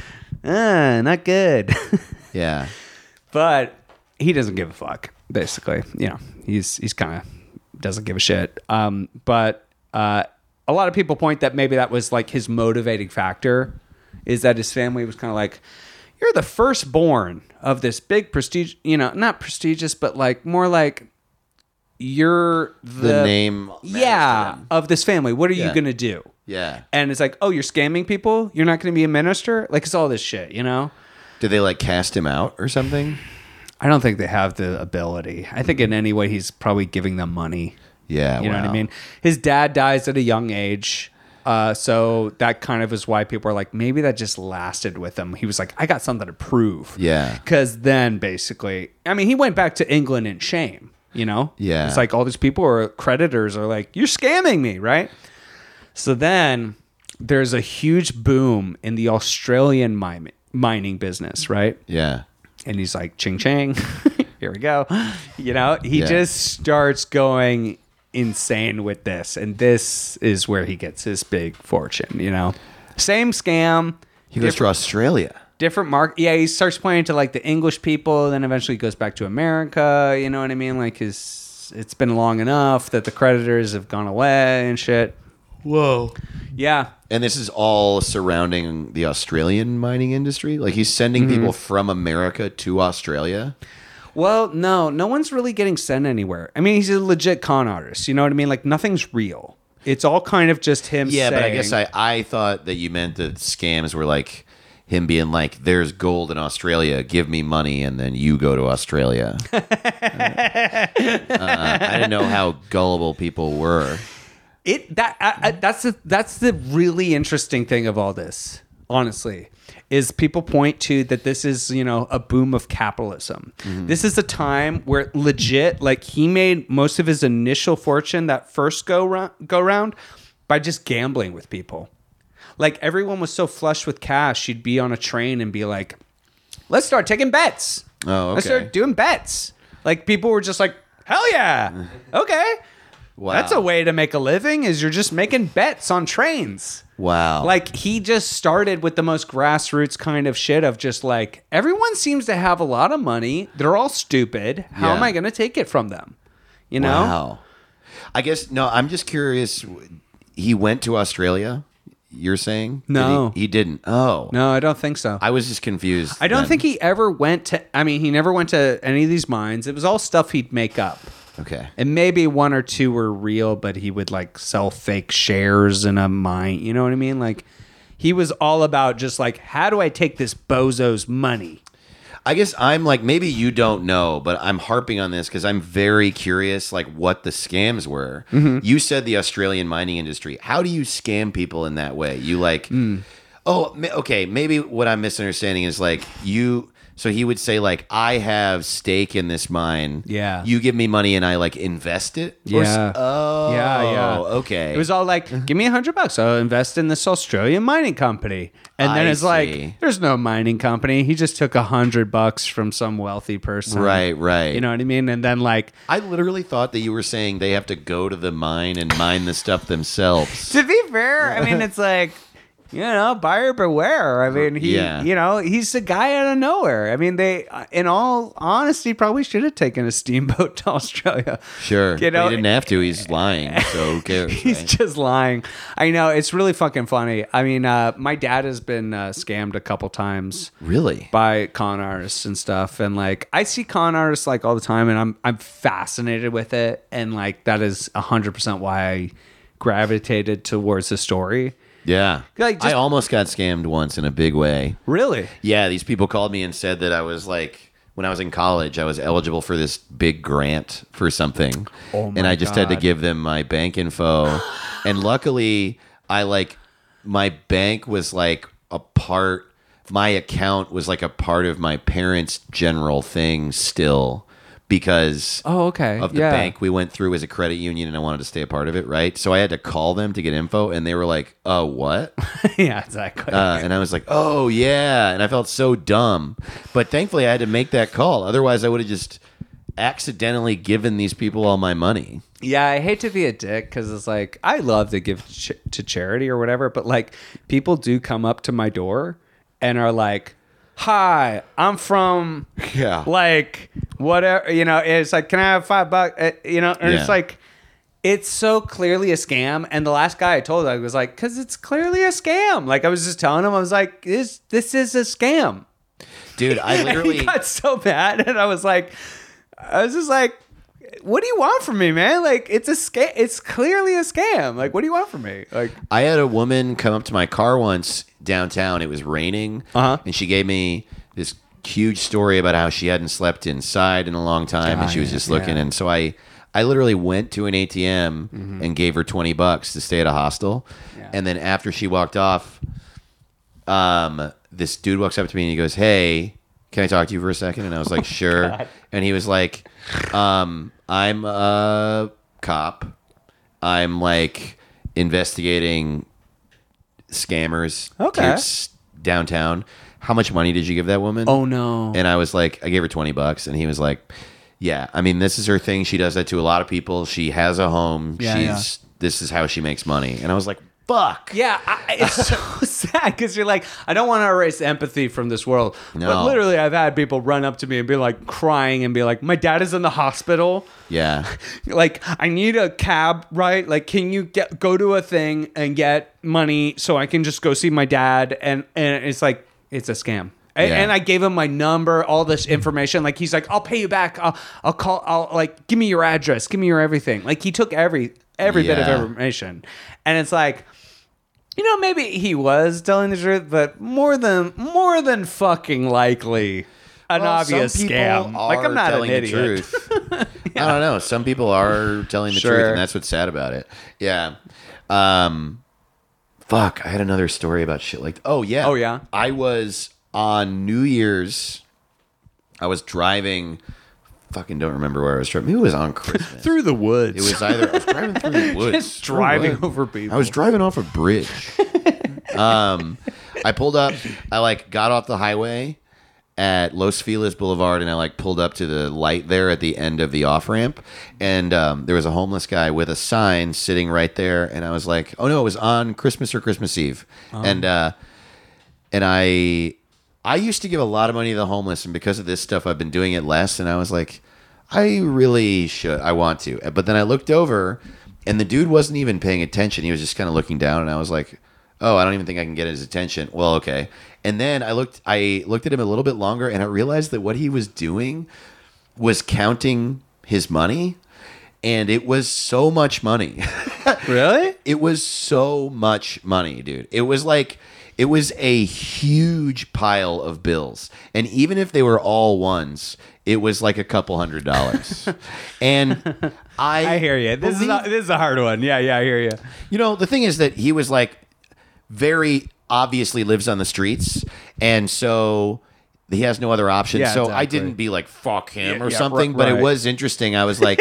uh, not good.
Yeah.
but he doesn't give a fuck basically you know he's he's kind of doesn't give a shit um but uh a lot of people point that maybe that was like his motivating factor is that his family was kind of like you're the firstborn of this big prestige you know not prestigious but like more like you're the,
The name matters to
yeah
them.
of this family. What are you
Yeah.
gonna do?
Yeah.
And it's like, oh, you're scamming people. You're not gonna be a minister. Like it's all this shit, you know.
Did they like cast him out or something?
I don't think they have the ability. I think in any way he's probably giving them money.
Yeah.
You know what I
wow.
mean? His dad dies at a young age. Uh, so that kind of is why people are like, maybe that just lasted with him. He was like, I got something to prove.
Yeah.
Because then basically, I mean, he went back to England in shame, you know?
Yeah.
It's like all these people are creditors are like, you're scamming me, right? So then there's a huge boom in the Australian mime- mining business, right?
Yeah.
and he's like ching ching here we go you know he
Yeah.
just starts going insane with this and this is where he gets his big fortune you know same scam
He goes to Australia.
different mark yeah he starts playing to like the english people then eventually goes back to america you know what i mean like his it's been long enough that the creditors have gone away and shit
Whoa.
yeah
And this is all surrounding the Australian mining industry. Like he's sending people from America to Australia.
Well, no, no one's really getting sent anywhere. I mean, he's a legit con artist. You know what I mean? Like nothing's real. It's all kind of just him.
Yeah, but I
saying-
guess I, I thought that you meant that scams were like him being like, "There's gold in Australia. Give me money, and then you go to Australia." Uh, I didn't know how gullible people were.
it that I, I,
Mm-hmm.
that's the that's the really interesting thing of all this. Honestly, is people point to that this is you know a boom of capitalism.
Mm-hmm.
This is a time where legit, like he made most of his initial fortune that first go round, go round by just gambling with people. Like everyone was so flush with cash, you'd be on a train and be like, let's start taking bets.
Oh,
Let's
okay.
start doing bets. Like people were just like, hell yeah. Okay.
Wow.
That's a way to make a living is you're just making bets on trains.
Wow.
Like he just started with the most grassroots kind of shit of just like everyone seems to have a lot of money. They're all stupid. How
Yeah.
am I going to take it from them? You know?
wow. I guess no. I'm just curious. He went to Australia. You're saying Did
No.
he, he didn't. Oh,
No, I don't think so.
I was just confused.
I don't
then.
think he ever went to I mean, he never went to any of these mines. It was all stuff he'd make up.
Okay.
And maybe one or two were real, but he would like sell fake shares in a mine. You know what I mean? Like he was all about just like, how do I take this bozo's money?
I guess I'm like maybe you don't know, but I'm harping on this because I'm very curious, like what the scams were.
Mm-hmm.
You said the Australian mining industry. How do you scam people in that way? You like,
Hmm.
oh, ma- okay, maybe what I'm misunderstanding is like you. So he would say like, I have stake in this mine.
Yeah.
you give me money and I like invest it. Or s-
Yeah.
oh,
Yeah, yeah.
Okay. Uh-huh.
It was all like, give me a hundred bucks. I'll invest in this Australian mining company. And then
I
it's
see.
like, there's no mining company. He just took a hundred bucks from some wealthy person.
right, right.
You know what I mean? And then like,
I literally thought that you were saying they have to go to the mine and mine the stuff themselves.
To be fair, I mean, it's like
you know, buyer beware. I mean, he,
Yeah.
you know, he's a guy out of nowhere. I mean, they, in all honesty, probably should have taken a steamboat to Australia.
Sure.
You
You
know-
he didn't have to. He's lying. So who cares?
He's
right?
just lying. I know it's really fucking funny. I mean, uh, my dad has been uh, scammed a couple times
really?
by con artists and stuff, and like I see con artists like all the time, and I'm I'm fascinated with it, and like that is hundred percent why I gravitated towards the story.
Yeah.
Like, just-
I almost got scammed once in a big way.
Really?
Yeah. These people called me and said that I was like, when I was in college, I was eligible for this big grant for something.
Oh my
and I just had to
God.
give them my bank info. and luckily, I like, my bank was like a part, my account was like a part of my parents' general thing still because.
Oh, okay.
of the
yeah.
bank we went through as a credit union and I wanted to stay a part of it, right? So I had to call them to get info and they were like, "Oh, what?"
yeah, exactly.
Uh, and I was like, "Oh, yeah." And I felt so dumb. But thankfully I had to make that call. Otherwise I would have just accidentally given these people all my money.
Yeah, I hate to be a dick because it's like I love to give ch- to charity or whatever, but like people do come up to my door and are like, "Hi, I'm from
Yeah.
like whatever," you know. It's like, "Can I have five bucks?" Uh, You know, and
Yeah.
it's like. It's so clearly a scam, and the last guy I told, I was like, "Cause it's clearly a scam." Like I was just telling him, I was like, "This this is a scam."
Dude, I
And he
literally
got so mad, and I was like, I was just like, what do you want from me, man? Like, it's a scam. It's clearly a scam. Like, what do you want from me? Like,
I had a woman come up to my car once downtown. It was raining,
Uh-huh.
and she gave me this huge story about how she hadn't slept inside in a long time, and she was just looking. And so I, I literally went to an ATM and gave her twenty bucks to stay at a hostel, and then after she walked off, um, this dude walks up to me and he goes, "Hey, can I talk to you for a second? And I was like, "Sure." And he was like, um, "I'm a cop. I'm like investigating scammers
Okay.
tips downtown. How much money did you give that woman?"
Oh no.
And I was like, I gave her 20 bucks. And he was like, Yeah, I mean, this is her thing. She does that to a lot of people. She has a home.
Yeah,
She's, this is how she makes money. And I was like, Fuck.
Yeah, I,
it's so sad because you're like, I don't want to erase empathy from this world. But
No.
literally, I've had people run up to me and be like crying and be like, my dad is in the hospital.
Yeah.
Like, I need a cab, right? Like, can you get go to a thing and get money so I can just go see my dad? And and it's like, it's a scam. And,
Yeah.
and I gave him my number, all this information. Like he's like, I'll pay you back. I'll, I'll call. I'll like, give me your address. Give me your everything. Like he took every every bit of
Yeah.
information, and it's like, you know, maybe he was telling the truth, but more than more than fucking likely, an
Well, some
obvious
people
scam. Like
are
I'm not an
telling the
idiot.
truth. I don't know. Some people are telling the truth,
Sure.
and that's what's sad about it. Yeah. Um, fuck. I had another story about shit like. Oh yeah.
Oh, yeah?
I was on New Year's. I was driving. Fucking don't remember where I was driving. Maybe it was on Christmas.
Through the woods.
it was either I was driving through the woods.
Just driving
Through the woods.
over people.
I was driving off a bridge. um, I pulled up. I like got off the highway at Los Feliz Boulevard, and I like pulled up to the light there at the end of the off ramp, and um, there was a homeless guy with a sign sitting right there, and I was like, "Oh no, it was on Christmas or Christmas Eve," and uh, and I I used to give a lot of money to the homeless, and because of this stuff, I've been doing it less. And I was like, I really should, I want to. Uh, But then I looked over, and the dude wasn't even paying attention. He was just kind of looking down, and I was like, Oh, I don't even think I can get his attention. Well, okay. And then I looked, I looked at him a little bit longer, and I realized that what he was doing was counting his money, and it was so much money.
really?
it was so much money, dude. It was like it was a huge pile of bills. And even if they were all ones, it was like a couple hundred dollars. and I
I hear you. This is a,
believe-
this is a hard one. Yeah, yeah, I hear you.
you know, the thing is that he was like very obviously lives on the streets, and so he has no other option.
Yeah,
so I
exactly.
didn't be like fuck him
Yeah,
or
yeah,
something,
ri-
but it
right.
was interesting. I was like,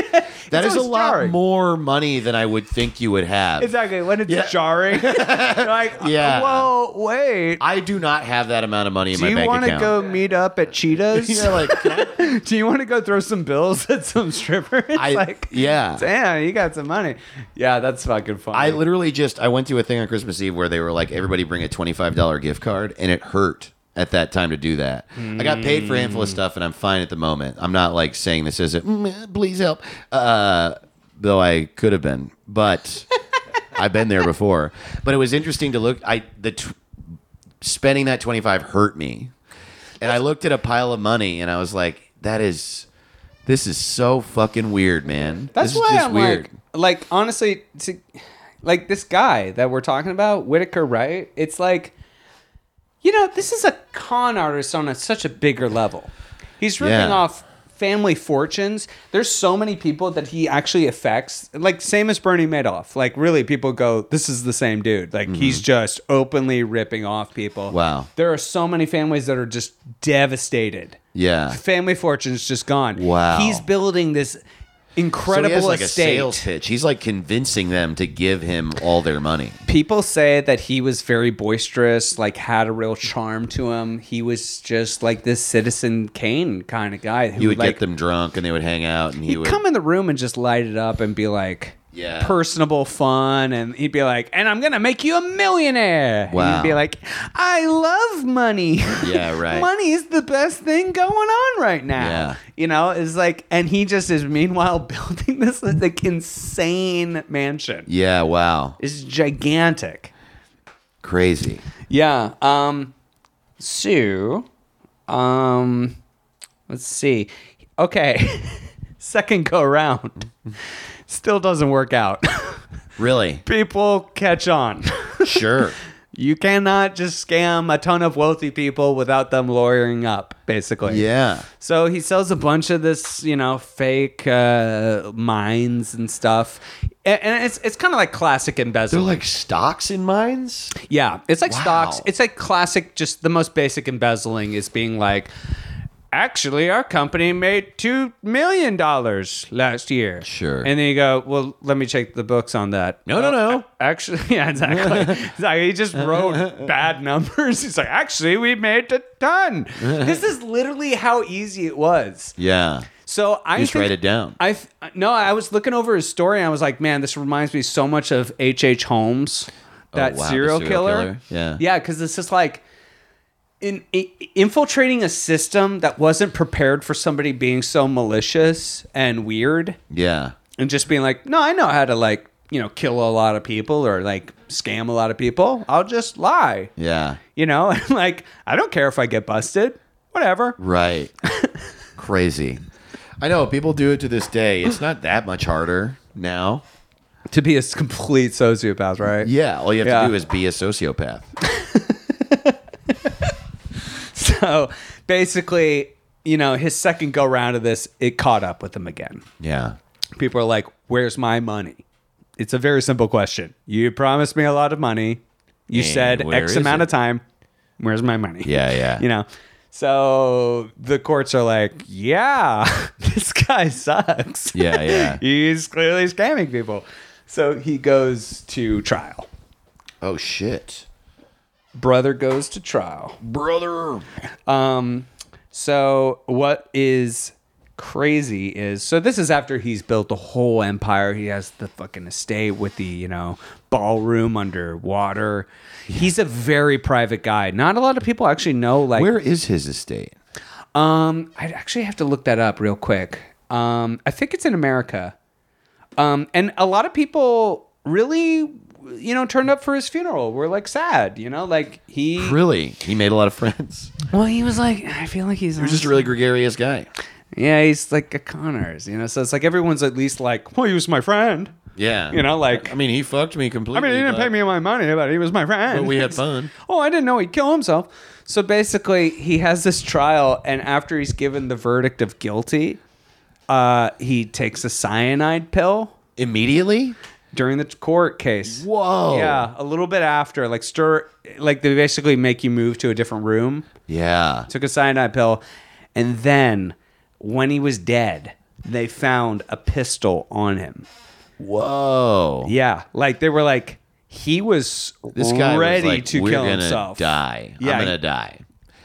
that is a
always
lot
jarring.
more money than I would think you would have.
Exactly. When it's
Yeah.
jarring, you're like,
Yeah.
well, wait.
I do not have that amount of money in
Do
my
you
bank
want to
account.
go meet up at Cheetah's?
yeah, like can I-
Do you want to go throw some bills at some stripper? It's
I-
like,
yeah.
damn, you got some money. Yeah, that's fucking funny.
I literally just I went to a thing on Christmas Eve where they were like everybody bring a twenty five dollar gift card and it hurt at that time to do that. I got paid for a handful of stuff and I'm fine at the moment. I'm not like saying this isn't "Mm, please help. Uh though I could have been. But I've been there before. But it was interesting to look I the t- spending that 25 hurt me. And I looked at a pile of money and I was like that is this is so fucking weird, man.
That's
this
why
is just
I'm
weird.
like, like honestly, to, like this guy that we're talking about, Whitaker, right? It's like, you know, this is a con artist on a, such a bigger level. He's ripping
Yeah.
off family fortunes. There's so many people that he actually affects. Like same as Bernie Madoff. Like really, people go, this is the same dude. Like he's just openly ripping off people.
Mm-hmm. Wow.
There are so many families that are just devastated.
yeah.
Family fortune's just gone.
Wow.
He's building this
So
incredible
he has like
estate.
a sales pitch. He's like convincing them to give him all their money.
People say that he was very boisterous, like had a real charm to him. He was just like this citizen Kane kind of guy who
He would
like
get them drunk and they would hang out and he
he'd
would
come in the room and just light it up and be like
Yeah.
personable fun and he'd be like, And I'm gonna make you a millionaire. And
Wow.
he'd be like, I love money.
Yeah, right.
money is the best thing going on right now.
Yeah.
You know, it's like and he just is meanwhile building this like insane mansion.
Yeah, wow.
It's gigantic.
Crazy.
Yeah. Um so um let's see. Okay. second go round. Still doesn't work out.
Really?
people catch on.
Sure.
you cannot just scam a ton of wealthy people without them lawyering up, basically.
yeah.
So he sells a bunch of this, you know, fake uh, mines and stuff. A- And it's it's kind of like classic
They're
embezzling.
like stocks in mines.
yeah, it's like stocks.
Wow.
It's like classic. Just the most basic embezzling is being like, actually, our company made two million dollars last year.
Sure.
And then you go, well, let me check the books on that.
No, no, no.
Actually, yeah, exactly. It's like he just wrote bad numbers. He's like, actually, we made a ton. this is literally how easy it was.
Yeah.
So I
Just
think-
write it down.
I th- no, I was looking over his story. and I was like, man, this reminds me so much of H. H. Holmes, that
Oh, wow, the
serial,
serial
killer.
killer? Yeah.
yeah, because it's just like in, i infiltrating a system that wasn't prepared for somebody being so malicious and weird,
Yeah.
and just being like, no, I know how to like you know kill a lot of people or like scam a lot of people. I'll just lie,
Yeah.
you know, and like I don't care if I get busted, whatever.
Right. Crazy. I know people do it to this day. It's not that much harder now.
To be a complete sociopath, right?
Yeah, all you have
Yeah.
to do is be a sociopath.
So basically, you know, his second go round of this, it caught up with him again.
Yeah.
People are like, "Where's my money?" It's a very simple question. You promised me a lot of money. You
And
said
where
X
is
amount
it?
of time. Where's my money?
Yeah, yeah.
You know. So the courts are like, "Yeah, this guy sucks.
Yeah, yeah.
He's clearly scamming people." So he goes to trial.
oh shit.
Brother goes to trial.
Brother.
Um, so what is crazy is so this is after he's built the whole empire. He has the fucking estate with the you know ballroom underwater. He's a very private guy. Not a lot of people actually know. Like,
Where is his estate?
um, I actually have to look that up real quick. Um, I think it's in America. Um, and a lot of people really, you know, turned up for his funeral. Were like sad, you know, like he.
Really? He made a lot of friends.
Well, he was like, I feel like he's.
He was just a really gregarious guy.
Yeah, he's like a Connors, you know. So it's like everyone's at least like, well, he was my friend.
Yeah.
You know, like
I mean, he fucked me
I
completely.
mean, he didn't
but-
pay me my money, but he was my friend.
But we had fun.
oh, I didn't know he'd kill himself. So basically, he has this trial, and after he's given the verdict of guilty, uh, he takes a cyanide pill
Immediately?
during the court case.
Whoa.
Yeah, a little bit after, like stir, like they basically make you move to a different room.
Yeah.
took a cyanide pill, and then when he was dead, they found a pistol on him.
Whoa.
Yeah, like they were like he was
This guy
ready
was like,
to
We're
kill
gonna
himself.
Die.
Yeah.
I'm gonna die.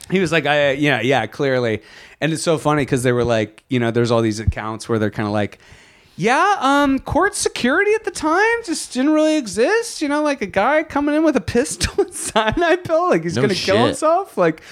He was like, I yeah yeah clearly, and it's so funny because they were like you know there's all these accounts where they're kind of like. Yeah, um, court security at the time just didn't really exist. You know, like a guy coming in with a pistol and cyanide pill, like he's
No
gonna kill
shit.
himself. Like,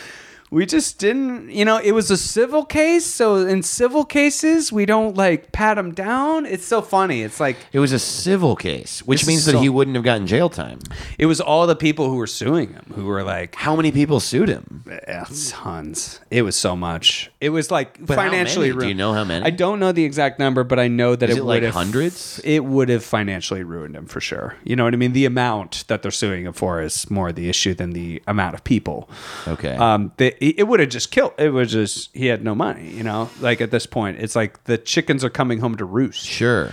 we just didn't you know it was a civil case so in civil cases we don't like pat him down it's so funny it's like
It was a civil case, which
This
means
is
that
so-
he wouldn't have gotten jail time.
it was all the people who were suing him who were like
How many people sued him?
eh, tons it was so much it was like
how
financially
many? Do
ruined.
you know how many?
i don't know the exact number but i know that
Is
it,
it
would
like
have
hundreds?
it would have financially ruined him for sure you know what i mean the amount that they're suing him for is more the issue than the amount of people
Okay.
um, they, it would have just killed. It was just he had no money, you know. Like at this point, it's like the chickens are coming home to roost.
sure.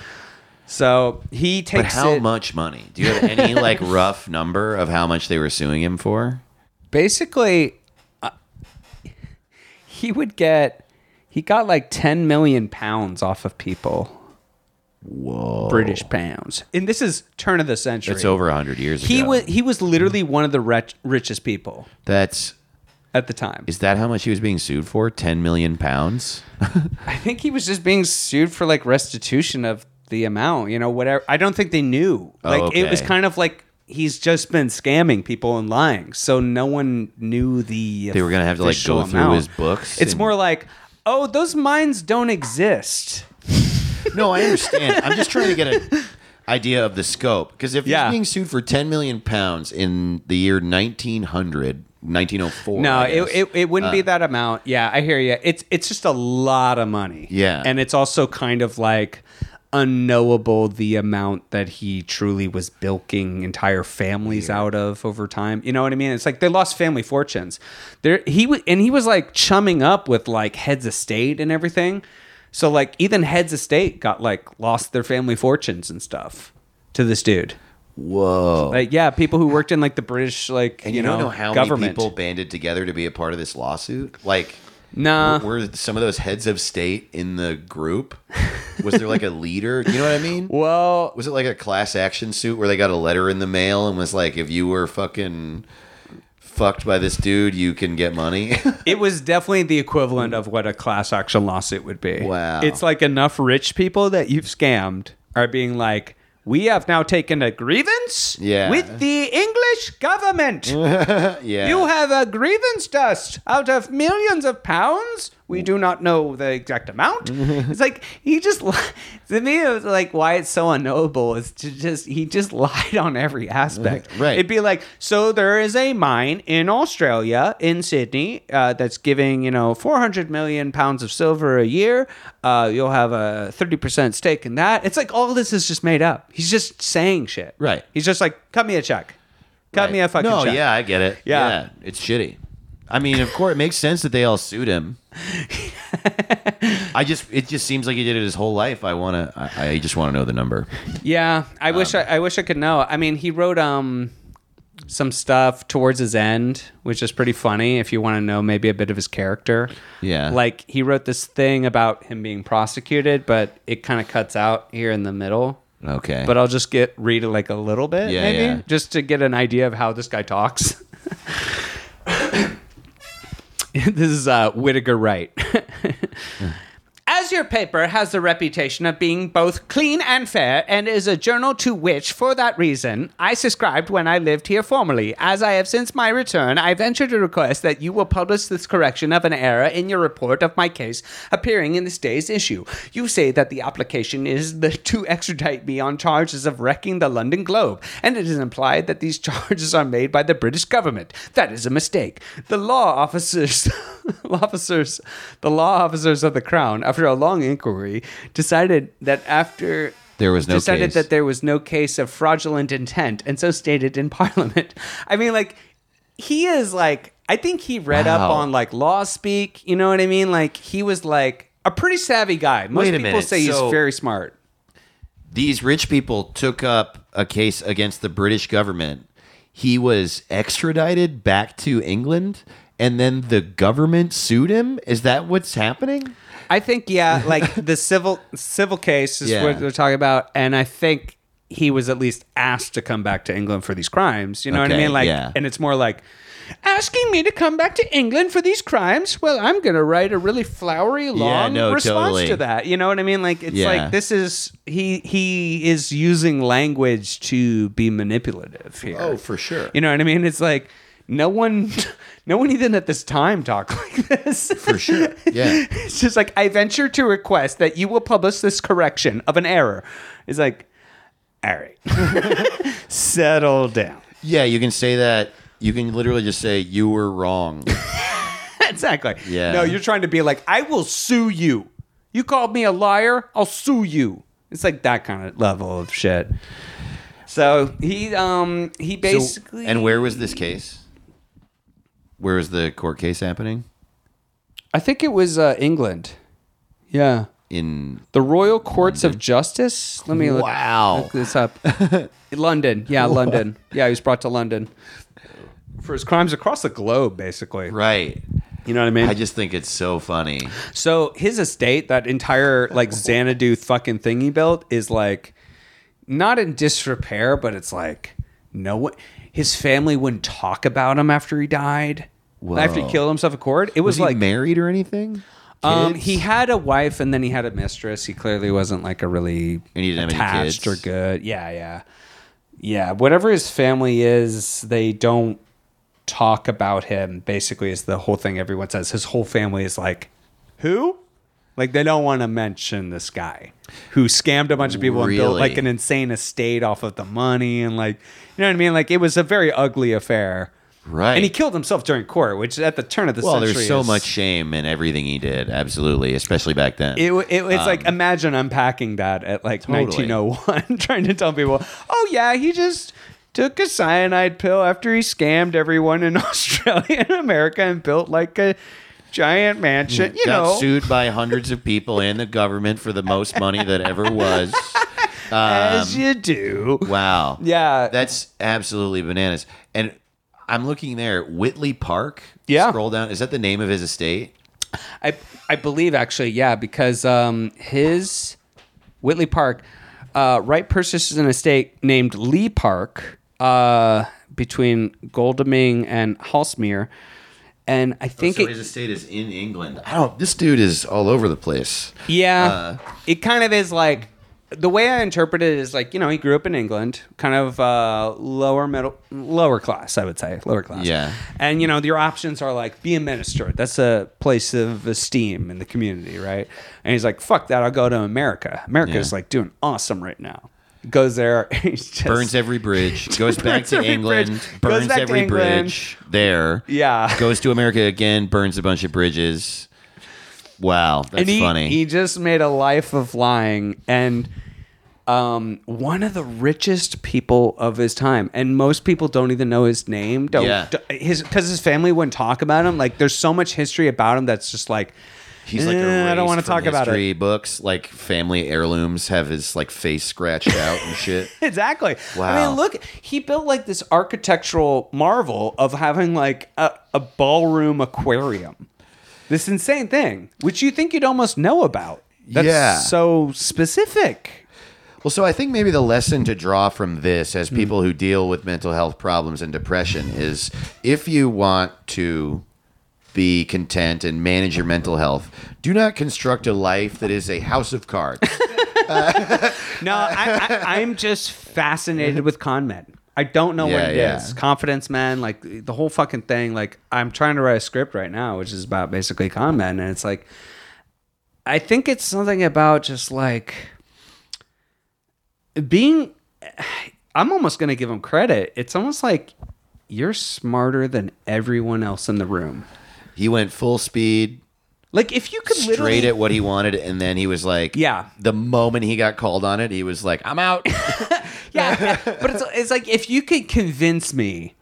So he
But
takes
how
it-
much money? Do you have any like rough number of how much they were suing him for?
Basically, uh, he would get. He got like ten million pounds off of people, Oh.
Whoa.
British pounds, and this is turn of the century.
It's over 100 years
He
ago.
was he was literally one of the rich, richest people
That's
at the time.
is that how much he was being sued for? 10 million pounds?
I think he was just being sued for like restitution of the amount, you know, whatever. I don't think they knew.
Oh,
Like it was
okay.
kind of like he's just been scamming people and lying, so no one knew the.
They were gonna have to, like,
official
go through
amount.
his books
It's
and-
more like, oh, those mines don't exist.
No, I understand. I'm just trying to get an idea of the scope because if
Yeah.
he's being sued for 10 million pounds in the year 1900, 1904.
No,
I
it,
guess. Uh.
it, it wouldn't be that amount. Yeah, I hear you. It's it's just a lot of money.
Yeah.
and it's also kind of like unknowable the amount that he truly was bilking entire families out of over time. You know what I mean? It's like they lost family fortunes. There he was, and he was like chumming up with like heads of state and everything. So like even heads of state got like lost their family fortunes and stuff to this dude.
Whoa.
Like yeah, people who worked in like the British like
and
you,
you, don't know how many
government.
people banded together to be a part of this lawsuit. Like,
Nah.
were some of those heads of state in the group? Was there like a leader? You know what I mean?
well,
Was it like a class action suit where they got a letter in the mail and was like, if you were fucking fucked by this dude, you can get money?
It was definitely the equivalent of what a class action lawsuit would be.
Wow.
It's like enough rich people that you've scammed are being like, we have now taken a grievance
Yeah.
with the English government.
yeah.
You have a grievance dust out of millions of pounds. We do not know the exact amount. it's like he just li- to me it was like why it's so unknowable is to just he just lied on every aspect.
Right.
It'd be like so there is a mine in Australia in Sydney uh, that's giving you know 400 million pounds of silver a year. Uh, you'll have a 30 percent stake in that. It's like all this is just made up. He's just saying shit.
Right.
He's just like cut me a check. Cut me a fucking
no,
check.
yeah, I get it.
Yeah.
Yeah. It's shitty. I mean, of course, it makes sense that they all sued him. I just, it just seems like he did it his whole life. I want to, I, I just want to know the number.
Yeah, I wish I, I wish I could know. I mean, he wrote um some stuff towards his end, which is pretty funny if you want to know maybe a bit of his character.
Yeah.
Like he wrote this thing about him being prosecuted, but it kind of cuts out here in the middle.
Okay.
But I'll just get read it like a little bit
Yeah,
maybe
yeah.
just to get an idea of how this guy talks. this is uh, Whitaker Wright. As your paper has the reputation of being both clean and fair, and is a journal to which, for that reason, I subscribed when I lived here formerly. As I have since my return, I venture to request that you will publish this correction of an error in your report of my case appearing in this day's issue. You say that the application is the, to extradite me on charges of wrecking the London Globe, and it is implied that these charges are made by the British government. That is a mistake. The law officers, officers, the law officers of the Crown, after a long inquiry, decided that after
There was no
decided
case.
that there was no case of fraudulent intent, and so stated in Parliament. I mean, like he is like I think he read up
Wow.
on like law speak. You know what I mean? Like he was like a pretty savvy guy. Most
Wait a
people
minute,
say
so-
he's very smart.
These rich people took up a case against the British government. He was extradited back to England, and then the government sued him. Is that what's happening?
I think yeah, like the civil civil case is
Yeah.
what they're talking about, and I think he was at least asked to come back to England for these crimes. You know what I
Okay,
mean? Like,
yeah.
and it's more like asking me to come back to England for these crimes. Well, I'm gonna write a really flowery long
no,
response
totally.
to that. You know what I mean? Like, it's
Yeah.
like this is he he is using language to be manipulative here.
Oh, sure.
You know what I mean? It's like no one, no one even at this time talked like this.
for sure. Yeah.
It's just like I venture to request that you will publish this correction of an error. It's like, all right, settle down.
Yeah, you can say that. You can literally just say you were wrong.
exactly.
Yeah.
No, you're trying to be like, I will sue you. You called me a liar. I'll sue you. It's like that kind of level of shit. So he um he
So-
basically
and where was this case? Where was the court case happening?
I think it was uh, England. Yeah.
In
The Royal Courts of Justice. Let me look,
Wow.
look this up. London. Yeah, London. Yeah, he was brought to London for his crimes across the globe, basically.
right.
You know what I mean?
I just think it's so funny.
so his estate, that entire like Xanadu fucking thing he built, is like not in disrepair, but it's like no one. His family wouldn't talk about him after he died. After he
Whoa.
killed himself, of course, it was,
Was he
like
married or anything?
um,
Kids?
he had a wife and then he had a mistress. He clearly wasn't like a really
And he didn't have any
attached
kids?
or good. Yeah, yeah, yeah. Whatever his family is, they don't talk about him. Basically, is the whole thing everyone says. His whole family is like, who? Like they don't want to mention this guy who scammed a bunch of people and built
Really?
like an insane estate off of the money and like you know what I mean. Like it was a very ugly affair.
Right.
And he killed himself during court, which at the turn of the
well,
century.
there's so
is-
much shame in everything he did. Absolutely, especially back then.
It, it, it's like imagine unpacking that at like
Um, Totally.
1901, trying to tell people, oh yeah, he just took a cyanide pill after he scammed everyone in Australia and America and built like a giant mansion. You
got
know,
sued by hundreds of people and the government for the most money that ever was. Um,
as you do.
Wow.
Yeah.
That's absolutely bananas. And I'm looking there, Whitley Park.
Yeah.
Scroll down. Is that the name of his estate?
I I believe actually, yeah, because um, his Whitley Park, uh, Wright purchases an estate named Lee Park uh, between Goldaming and Halsmere, and I think
Oh, So
it,
his estate is in England. I don't. This dude is all over the place.
yeah, Uh, it kind of is like the way I interpret it is like you know he grew up in England, kind of uh, lower middle lower class, I would say lower class,
Yeah.
and you know your options are like be a minister that's a place of esteem in the community right and he's like fuck that i'll go to america america's
Yeah.
like doing awesome right now goes there he's just
Burns every bridge. Goes back
Burns
to
every
England.
bridge, goes
Burns
back to
every
England.
bridge there.
Yeah.
Goes to America again. Burns a bunch of bridges. Wow, that's
and he,
funny.
he just made a life of lying and um, one of the richest people of his time and most people don't even know his name don't
Yeah.
d- his because his family wouldn't talk about him like there's so much history about him that's just like
He's like
"Eh,
erased
i don't want to
from
talk about it
history books, like family heirlooms have his like face scratched out and shit.
exactly. I
Wow.
mean, look, he built like this architectural marvel of having like a, a ballroom aquarium. This insane thing, which you think you'd almost know about. That's
Yeah.
so specific.
Well, so I think maybe the lesson to draw from this
Hmm.
as people who deal with mental health problems and depression is if you want to be content and manage your mental health, do not construct a life that is a house of cards.
No,
Uh,
I, I, I'm just fascinated with con men. I don't know what
Yeah,
it is.
yeah.
Confidence men, like the whole fucking thing. Like I'm trying to write a script right now, which is about basically con men, and it's like, I think it's something about just like being. I'm almost gonna give him credit. It's almost like you're smarter than everyone else in the room.
he went full speed,
Like if you could literally
straight at what he wanted, and then he was like,
Yeah.
The moment he got called on it, he was like, "I'm out."
Yeah, but it's, it's like if you could convince me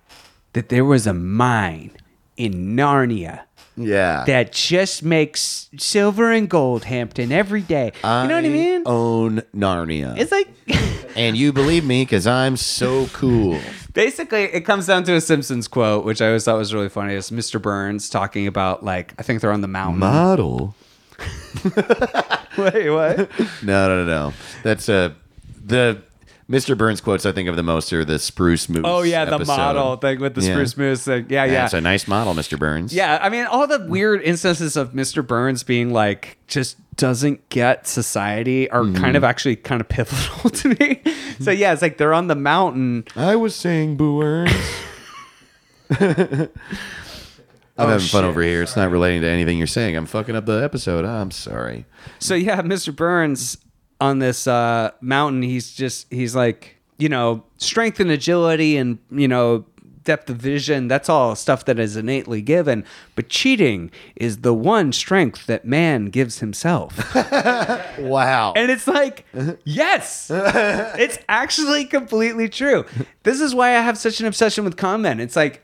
that there was a mine in Narnia
yeah,
that just makes silver and gold Hampton every day. you know what I mean?
Own Narnia.
It's like
and you believe me because I'm so cool.
basically it comes down to a Simpsons quote, which I always thought was really funny. It's Mr. Burns talking about like I think they're on the mountain.
Model?
Wait, what?
No, no, no, no. That's uh, the Mr. Burns quotes I think of the most are the Spruce Moose.
Oh yeah, the
episode.
model thing with the
Yeah.
spruce moose thing. Yeah, yeah.
That's a nice model, Mr. Burns.
Yeah, I mean, all the weird instances of Mr. Burns being like just doesn't get society are kind of actually kind of pivotal to me. So yeah, it's like they're on the mountain.
I was saying Boo Earns.
I'm having fun over here. It's not relating to anything you're saying. I'm fucking up the episode. I'm sorry.
So yeah, Mr. Burns on this uh, mountain, he's just he's like you know strength and agility and you know depth of vision. That's all stuff that is innately given. But cheating is the one strength that man gives himself.
Wow.
And it's like, yes, it's actually completely true. This is why I have such an obsession with comment. It's like,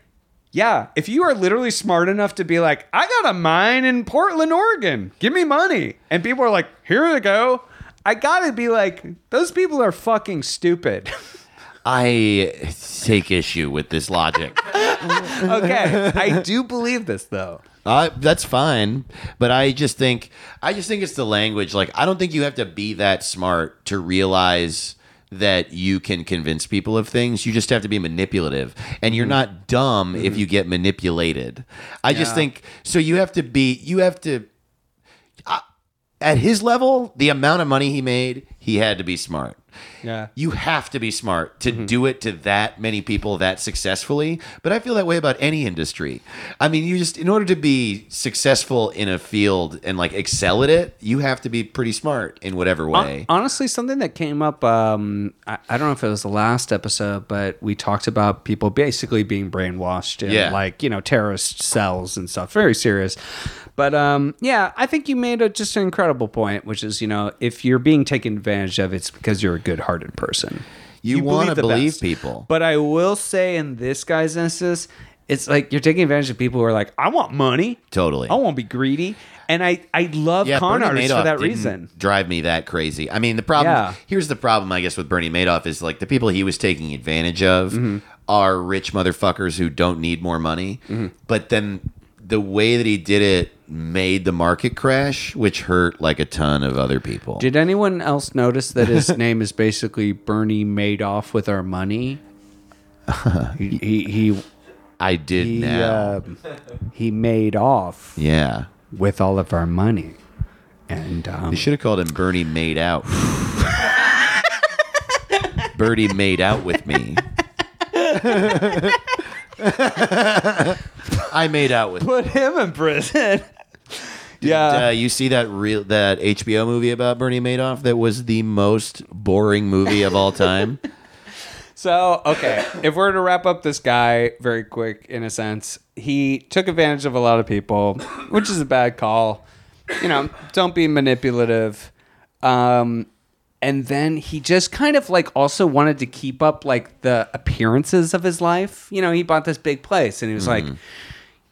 yeah, if you are literally smart enough to be like, I got a mine in Portland, Oregon, give me money. And people are like, here you go. I gotta be like, those people are fucking stupid.
I take issue with this logic.
okay, I do believe this though.
Uh, that's fine, but I just think I just think it's the language. Like I don't think you have to be that smart to realize that you can convince people of things. You just have to be manipulative, and you're not dumb if you get manipulated. I just think so. You have to be. You have to. At his level, the amount of money he made, he had to be smart.
Yeah.
you have to be smart to do it to that many people that successfully. But I feel that way about any industry. I mean, you just in order to be successful in a field and like excel at it, you have to be pretty smart in whatever way.
Hon- Honestly, something that came up, um, I, I don't know if it was the last episode, but we talked about people basically being brainwashed in
Yeah.
like, you know, terrorist cells and stuff. Very serious. But um, yeah, I think you made a, just an incredible point, which is, you know, if you're being taken advantage of, it's because you're a good hearted person.
you want to
the
believe
best.
people.
But I will
Say in this guy's instance, it's like you're taking advantage of people who are like, I want money.
Totally.
I won't be greedy. And I, I love con
Bernie
artists for
Madoff
that
didn't
reason.
Drive me that crazy. I mean, the problem
Yeah.
here's the problem, I guess, with Bernie Madoff is like the people he was taking advantage of
Mm-hmm.
are rich motherfuckers who don't need more money.
Mm-hmm.
But then the way that he did it made the market crash, which hurt like a ton of other people.
Did anyone else notice that his name is basically Bernie Madoff with our money? he, he, he
I did
he,
now.
uh,
um, he made off
yeah.
with all of our money. And um,
You should have called him Bernie Made Out. Bernie made out with me. I made out with
Put him in prison. yeah.
uh, you see that real that HBO movie about Bernie Madoff that was the most boring movie of all time.
so, okay, if we're to wrap up this guy very quick, in a sense, he took advantage of a lot of people, which is a bad call. You know, don't be manipulative. Um, and then he just kind of like also wanted to keep up like the appearances of his life. You know, he bought this big place and he was like,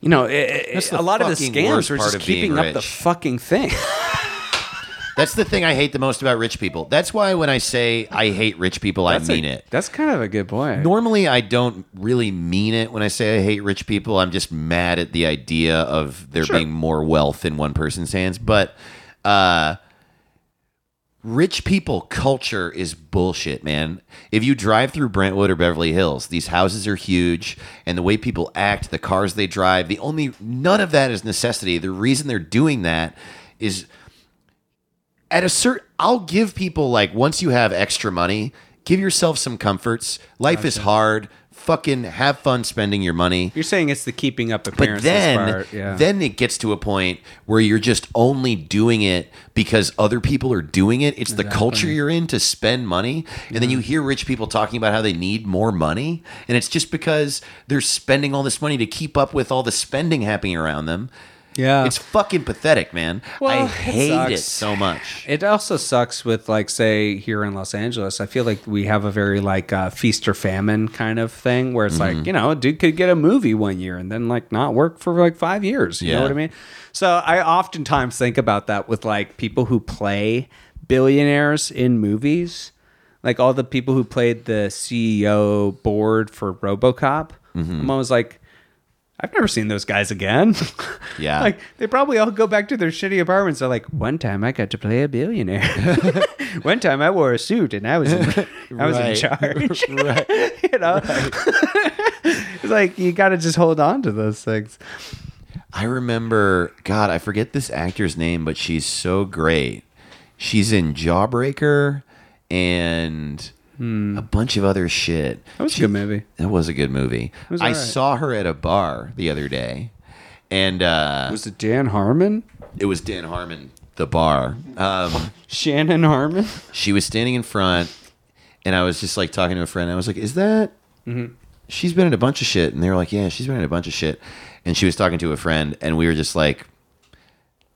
you know, it, it-
Mm-hmm. That's
a
the
lot of the
fucking
scams
worst
were
part
just
of being
keeping up the
rich.
fucking thing.
That's the thing I hate the most about rich people. That's why when I say I hate rich people, I mean it.
That's kind of a good point.
Normally, I don't really mean it when I say I hate rich people. I'm just mad at the idea of there being more wealth in one person's hands. But uh, rich people culture is bullshit, man. If you drive through Brentwood or Beverly Hills, these houses are huge, and the way people act, the cars they drive, the only none of that is necessity. The reason they're doing that is at a certain I'll give people like once you have extra money, give yourself some comforts. Life is hard. Fucking have fun spending your money.
You're saying it's the keeping up
But
appearances
then
part. Yeah.
then it gets to a point where you're just only doing it because other people are doing it. It's the culture you're in to spend money. And then you hear rich people talking about how they need more money, and it's just because they're spending all this money to keep up with all the spending happening around them.
yeah.
It's fucking pathetic, man.
Well,
I
it
hate it,
sucks.
so much.
It also sucks with like say here in Los Angeles. I feel like we have a very like uh, feast or famine kind of thing where it's like you know a dude could get a movie one year and then like not work for like five years. You know
Yeah.
what I mean? So I oftentimes think about that with like people who play billionaires in movies, like all the people who played the CEO board for RoboCop. I'm always like. I've never seen those guys again.
Yeah.
like they probably all go back to their shitty apartments. They're like, one time I got to play a billionaire. one time I wore a suit and I was in, I was in
Right.
charge. you know, it's like you got to just hold on to those things.
I remember, God, I forget this actor's name, but she's so great. She's in Jawbreaker and a bunch of other shit.
Hmm. That was a good movie.
That was a good movie.
was
I
alright.
saw her at a bar the other day, and uh,
Was it Dan Harmon?
it was Dan Harmon, the bar. Um,
Shannon Harmon?
she was standing in front, and I was just like talking to a friend. I was like, "Is that?" She's been in a bunch of shit, and they were like, "Yeah, she's been in a bunch of shit." And she was talking to a friend, and we were just like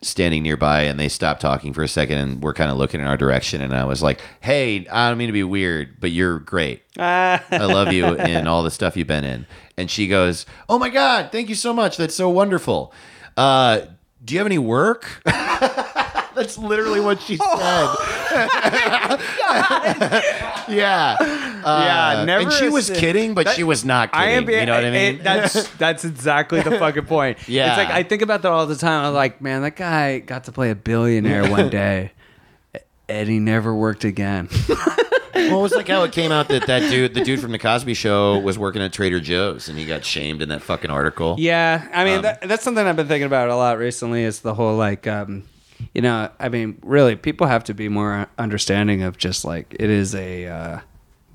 standing nearby, and they stopped talking for a second, and we're kind of looking in our direction. And I was like, "Hey, I don't mean to be weird, but you're great. I love you and all the stuff you've been in." And she goes, "Oh my god, thank you so much. That's so wonderful. Uh, do you have any work?" That's literally what she
Oh
said. Yeah.
yeah.
Uh,
Never.
and she was
assume-
kidding, but
That-
she was not kidding.
I am being,
you know what I mean?
it- that's that's exactly the fucking point.
Yeah.
It's like I think about that all the time. I'm like, man, that guy got to play a billionaire one day. And he never worked again.
well, it was like how it came out that that dude, the dude from the Cosby Show, was working at Trader Joe's, and he got shamed in that fucking article.
Yeah, I mean
Um,
that, that's something I've been thinking about a lot recently. Is the whole like um, you know, I mean, really, people have to be more understanding of just like it is a uh,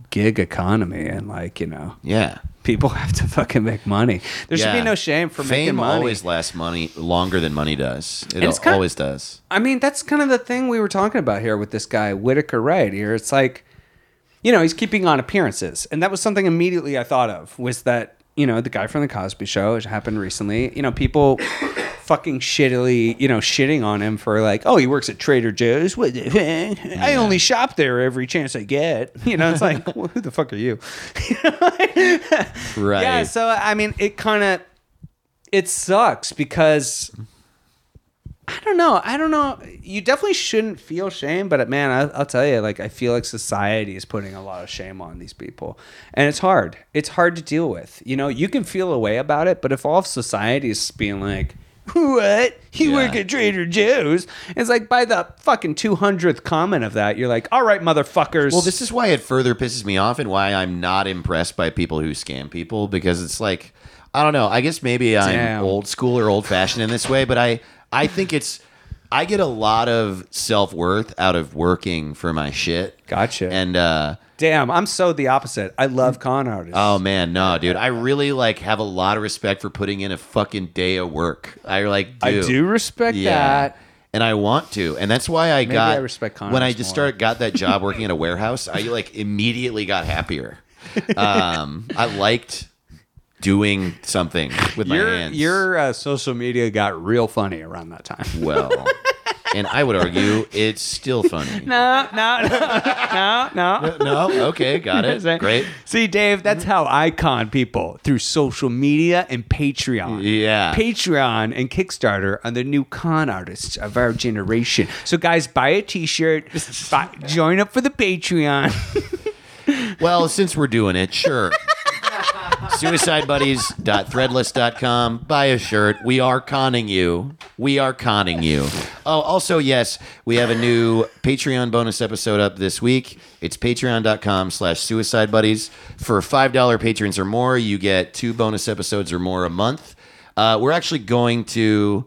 gig economy, and like you know,
Yeah.
people have to fucking make money. There should
Yeah.
be no shame for
Fame
making money.
always lasts money longer than money does. It
it's kind-
always does.
I mean, that's kind of the thing we were talking about here with this guy Whitaker Wright. Here, it's like, you know, he's keeping on appearances, and that was something immediately I thought of was that you know the guy from the Cosby Show, which happened recently. You know, people fucking shittily, you know, shitting on him for like, oh, he works at Trader Joe's. What the fuck? I only shop there every chance I get. You know, it's like, well, who the fuck are you?
Right.
Yeah, so I mean, it kind of it sucks because I don't know. I don't know. You definitely shouldn't feel shame, but man, I, I'll tell you, like I feel like society is putting a lot of shame on these people, and it's hard. It's hard to deal with. You know, you can feel a way about it, but if all of society is being like. What? You
Yeah.
work at Trader Joe's? It's like by the fucking 200th comment of that, you're like, all right, motherfuckers.
Well, this is why it further pisses me off and why I'm not impressed by people who scam people because it's like I don't know. I guess maybe I'm
Damn.
old school or old fashioned in this way, but I I think it's I get a lot of self worth out of working for my shit.
Gotcha.
And uh
Damn, I'm so the opposite. I love con artists.
Oh man, no, dude. I really like have a lot of respect for putting in a fucking day of work. I like do.
I do respect that.
And I want to. And that's why I got
I respect Connors
when I just
more.
started got that job working at a warehouse, I like immediately got happier. Um, I liked doing something with my
Your
hands.
your uh, social media got real funny around that time.
well. And I would argue it's still funny.
No, no, no, no.
No, okay, got it. Great.
See, Dave, that's how I con people through social media and Patreon.
Yeah.
Patreon and Kickstarter are the new con artists of our generation. So, guys, buy a T-shirt, buy, join up for the Patreon.
Well, since we're doing it, sure. Suicidebuddies.threadless.com. Buy a shirt. We are conning you. We are conning you. Oh, also, yes, we have a new Patreon bonus episode up this week. It's patreon.com slash suicide buddies. For $5 patrons or more, you get two bonus episodes or more a month. Uh, we're actually going to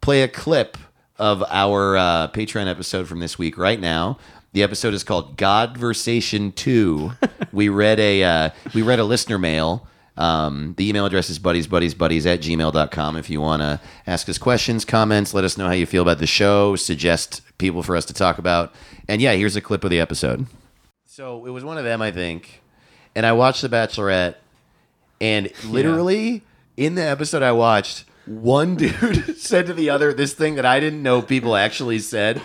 play a clip of our uh, Patreon episode from this week right now. The episode is called Godversation Two. we read a uh, we read a listener mail. Um, the email address is buddies buddies buddies at gmail.com if you want to ask us questions, comments, let us know how you feel about the show, suggest people for us to talk about. And yeah, here's a clip of the episode. So it was one of them, I think. And I watched The Bachelorette, and literally in the episode I watched, one dude said to the other this thing that I didn't know people actually said.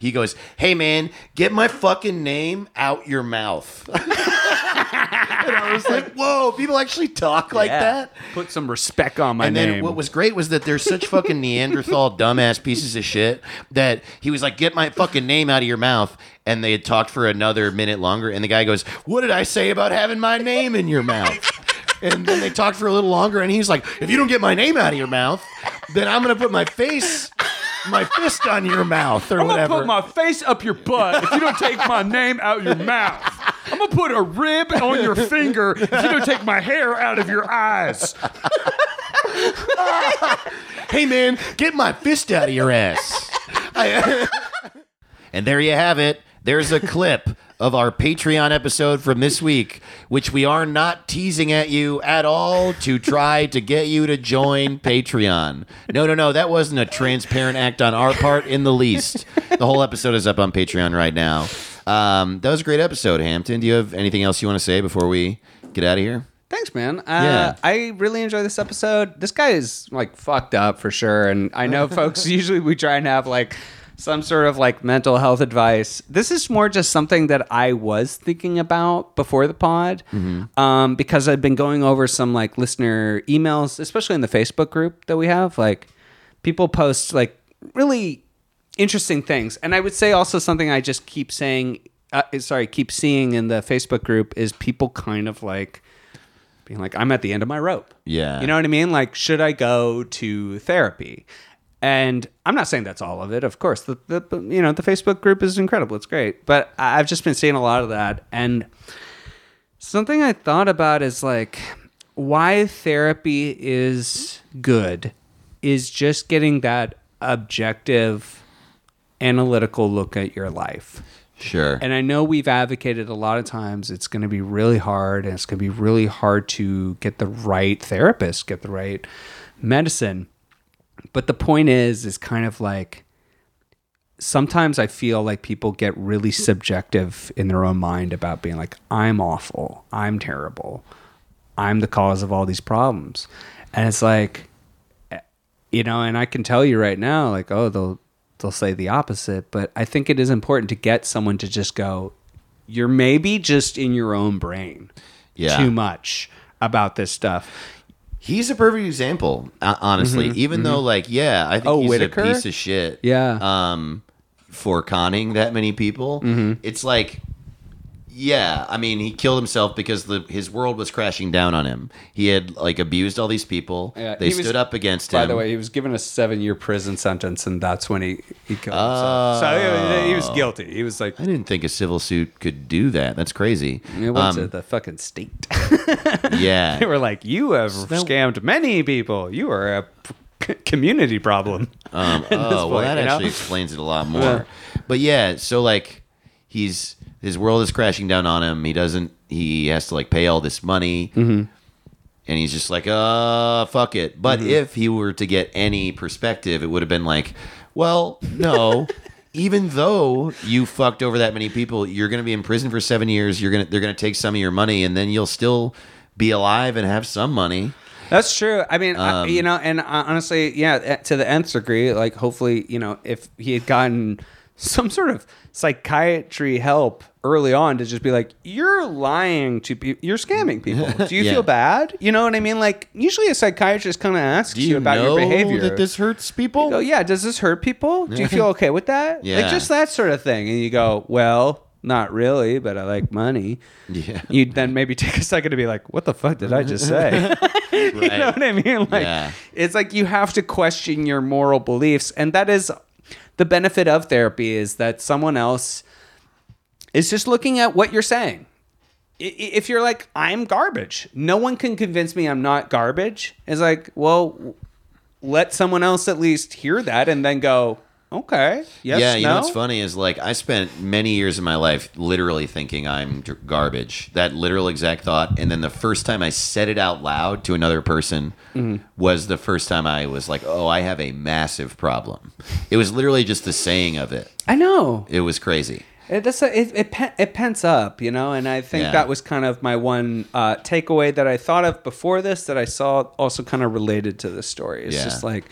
He goes, Hey man, get my fucking name out your mouth. and I was like, Whoa, people actually talk like that?
Put some respect on my
and
name.
then what was great was that there's such fucking Neanderthal dumbass pieces of shit that he was like, "Get my fucking name out of your mouth," and they had talked for another minute longer, and the guy goes, "What did I say about having my name in your mouth?" And then they talked for a little longer, and he's like, "If you don't get my name out of your mouth, then I'm gonna put my face, my fist on your mouth, or
I'm gonna
whatever."
put my face up your butt if you don't take my name out your mouth. I'm gonna put a rib on your finger if you don't take my hair out of your eyes.
hey man, get my fist out of your ass. I- and there you have it. There's a clip of our Patreon episode from this week, which we are not teasing at you at all to try to get you to join Patreon. No, no, no. That wasn't a transparent act on our part in the least. The whole episode is up on Patreon right now. Um, that was a great episode, Hampton. Do you have anything else you want to say before we get out of here?
Thanks, man. Uh,
Yeah.
I really enjoy this episode. This guy is like fucked up for sure. And I know, folks, usually we try and have like some sort of like mental health advice. This is more just something that I was thinking about before the pod um, because I've been going over some like listener emails, especially in the Facebook group that we have. Like people post like really interesting things. And I would say also something I just keep saying, uh, sorry, keep seeing in the Facebook group is people kind of like, being like, I'm at the end of my rope.
Yeah.
You know what I mean? Like, should I go to therapy? And I'm not saying that's all of it. Of course, the, the you know the Facebook group is incredible. It's great, but I- I've just been seeing a lot of that. And something I thought about is like why therapy is good is just getting that objective analytical look at your life.
Sure.
And I know we've advocated a lot of times it's going to be really hard and it's going to be really hard to get the right therapist, get the right medicine. But the point is, is kind of like sometimes I feel like people get really subjective in their own mind about being like, I'm awful, I'm terrible, I'm the cause of all these problems. And it's like, eh, you know and i can tell you right now like oh they'll they'll say the opposite but i think it is important to get someone to just go you're maybe just in your own brain
Yeah.
too much about this stuff
He's a perfect example, uh, honestly. Even though, like, yeah, I think
Mm-hmm. Oh,
he's
Whitaker?
a piece of shit.
Yeah.
Um, for conning that many people,
Mm-hmm.
it's like, yeah. I mean, he killed himself because the his world was crashing down on him. He had like abused all these people.
Yeah,
they
he was-
stood up against
by
him.
the way he was given a seven year prison sentence and that's when he he killed himself so he, he was guilty he was like
Oh. I didn't think a civil suit could do that. That's crazy.
it went
Um,
to the fucking state
yeah.
They were like, "You have
that-
scammed many people. You are a p- community problem."
Um, oh, well,
point,
that
you know?
actually explains it a lot more. But yeah, so like he's his world is crashing down on him. He doesn't. He has to like pay all this money,
Mm-hmm.
and he's just like, uh, fuck it. But if he were to get any perspective, it would have been like, well, no. Even though you fucked over that many people, you're going to be in prison for seven years. You're gonna they're going to take some of your money, and then you'll still be alive and have some money.
That's true. I mean, I,
Um,
you know, and uh, honestly, yeah, eh, to the nth degree, like hopefully, you know, if he had gotten some sort of psychiatry help early on to just be like, you're lying to people, you're scamming people. Do you
Yeah.
feel bad? You know what I mean? Like, usually a psychiatrist kind of asks you, about your behavior.
that this hurts people?
You go, yeah, does this hurt people? Do you feel okay with that?
Oh. Yeah.
Like, just that sort of thing. And you go, well, not really, but I like money.
Yeah.
You'd then maybe take a second to be like, what the fuck did I just say? You know
Right.
what I mean? Like
Yeah.
it's like you have to question your moral beliefs and that is the benefit of therapy is that someone else is just looking at what you're saying. I- i- If you're like I'm garbage, no one can convince me I'm not garbage. It's like, well, let someone else at least hear that and then go, okay, yes,
yeah, you know
no?
what's funny is like I spent many years of my life literally thinking I'm d- garbage. That literal exact thought, and then the first time I said it out loud to another person was the first time I was like, "Oh, I have a massive problem." It was literally just the saying of it.
I know.
It was crazy.
It, that's a, it, it, pen, it pents up, you know, and I think
Yeah.
that was kind of my one uh, takeaway that I thought of before this that I saw also kind of related to this story. It's
Yeah.
just like,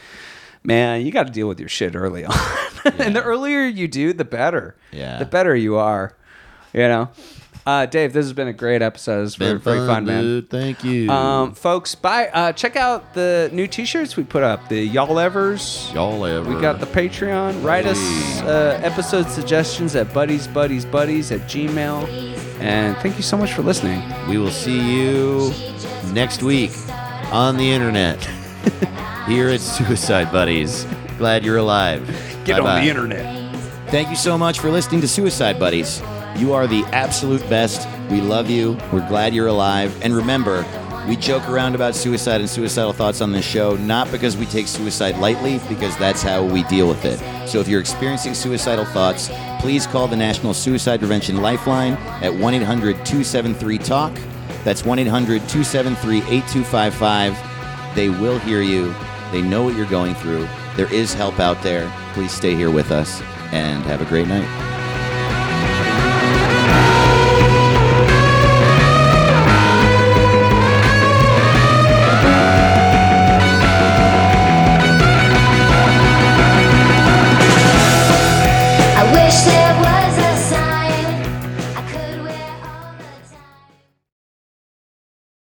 man, you got to deal with your shit early on. and the earlier you do, the better.
Yeah.
The better you are, you know. Uh, Dave, this has been a great episode. It's been very fun, man.
dude. Thank you,
Um, folks, buy uh, check out the new T-shirts we put up. The y'all evers,
y'all. Ever.
we got the Patreon. Write us uh, episode suggestions at buddies, buddies, buddies at Gmail. And thank you so much for listening.
We will see you next week on the internet here at Suicide Buddies. Glad you're alive. Get on the internet. Thank you so much for listening to Suicide Buddies. You are the absolute best. We love you. We're glad you're alive. And remember, we joke around about suicide and suicidal thoughts on this show, not because we take suicide lightly, because that's how we deal with it. So if you're experiencing suicidal thoughts, please call the National Suicide Prevention Lifeline at 1 800 273 TALK. That's 1 800 273 8255. They will hear you. They know what you're going through. There is help out there. Please stay here with us and have a great night.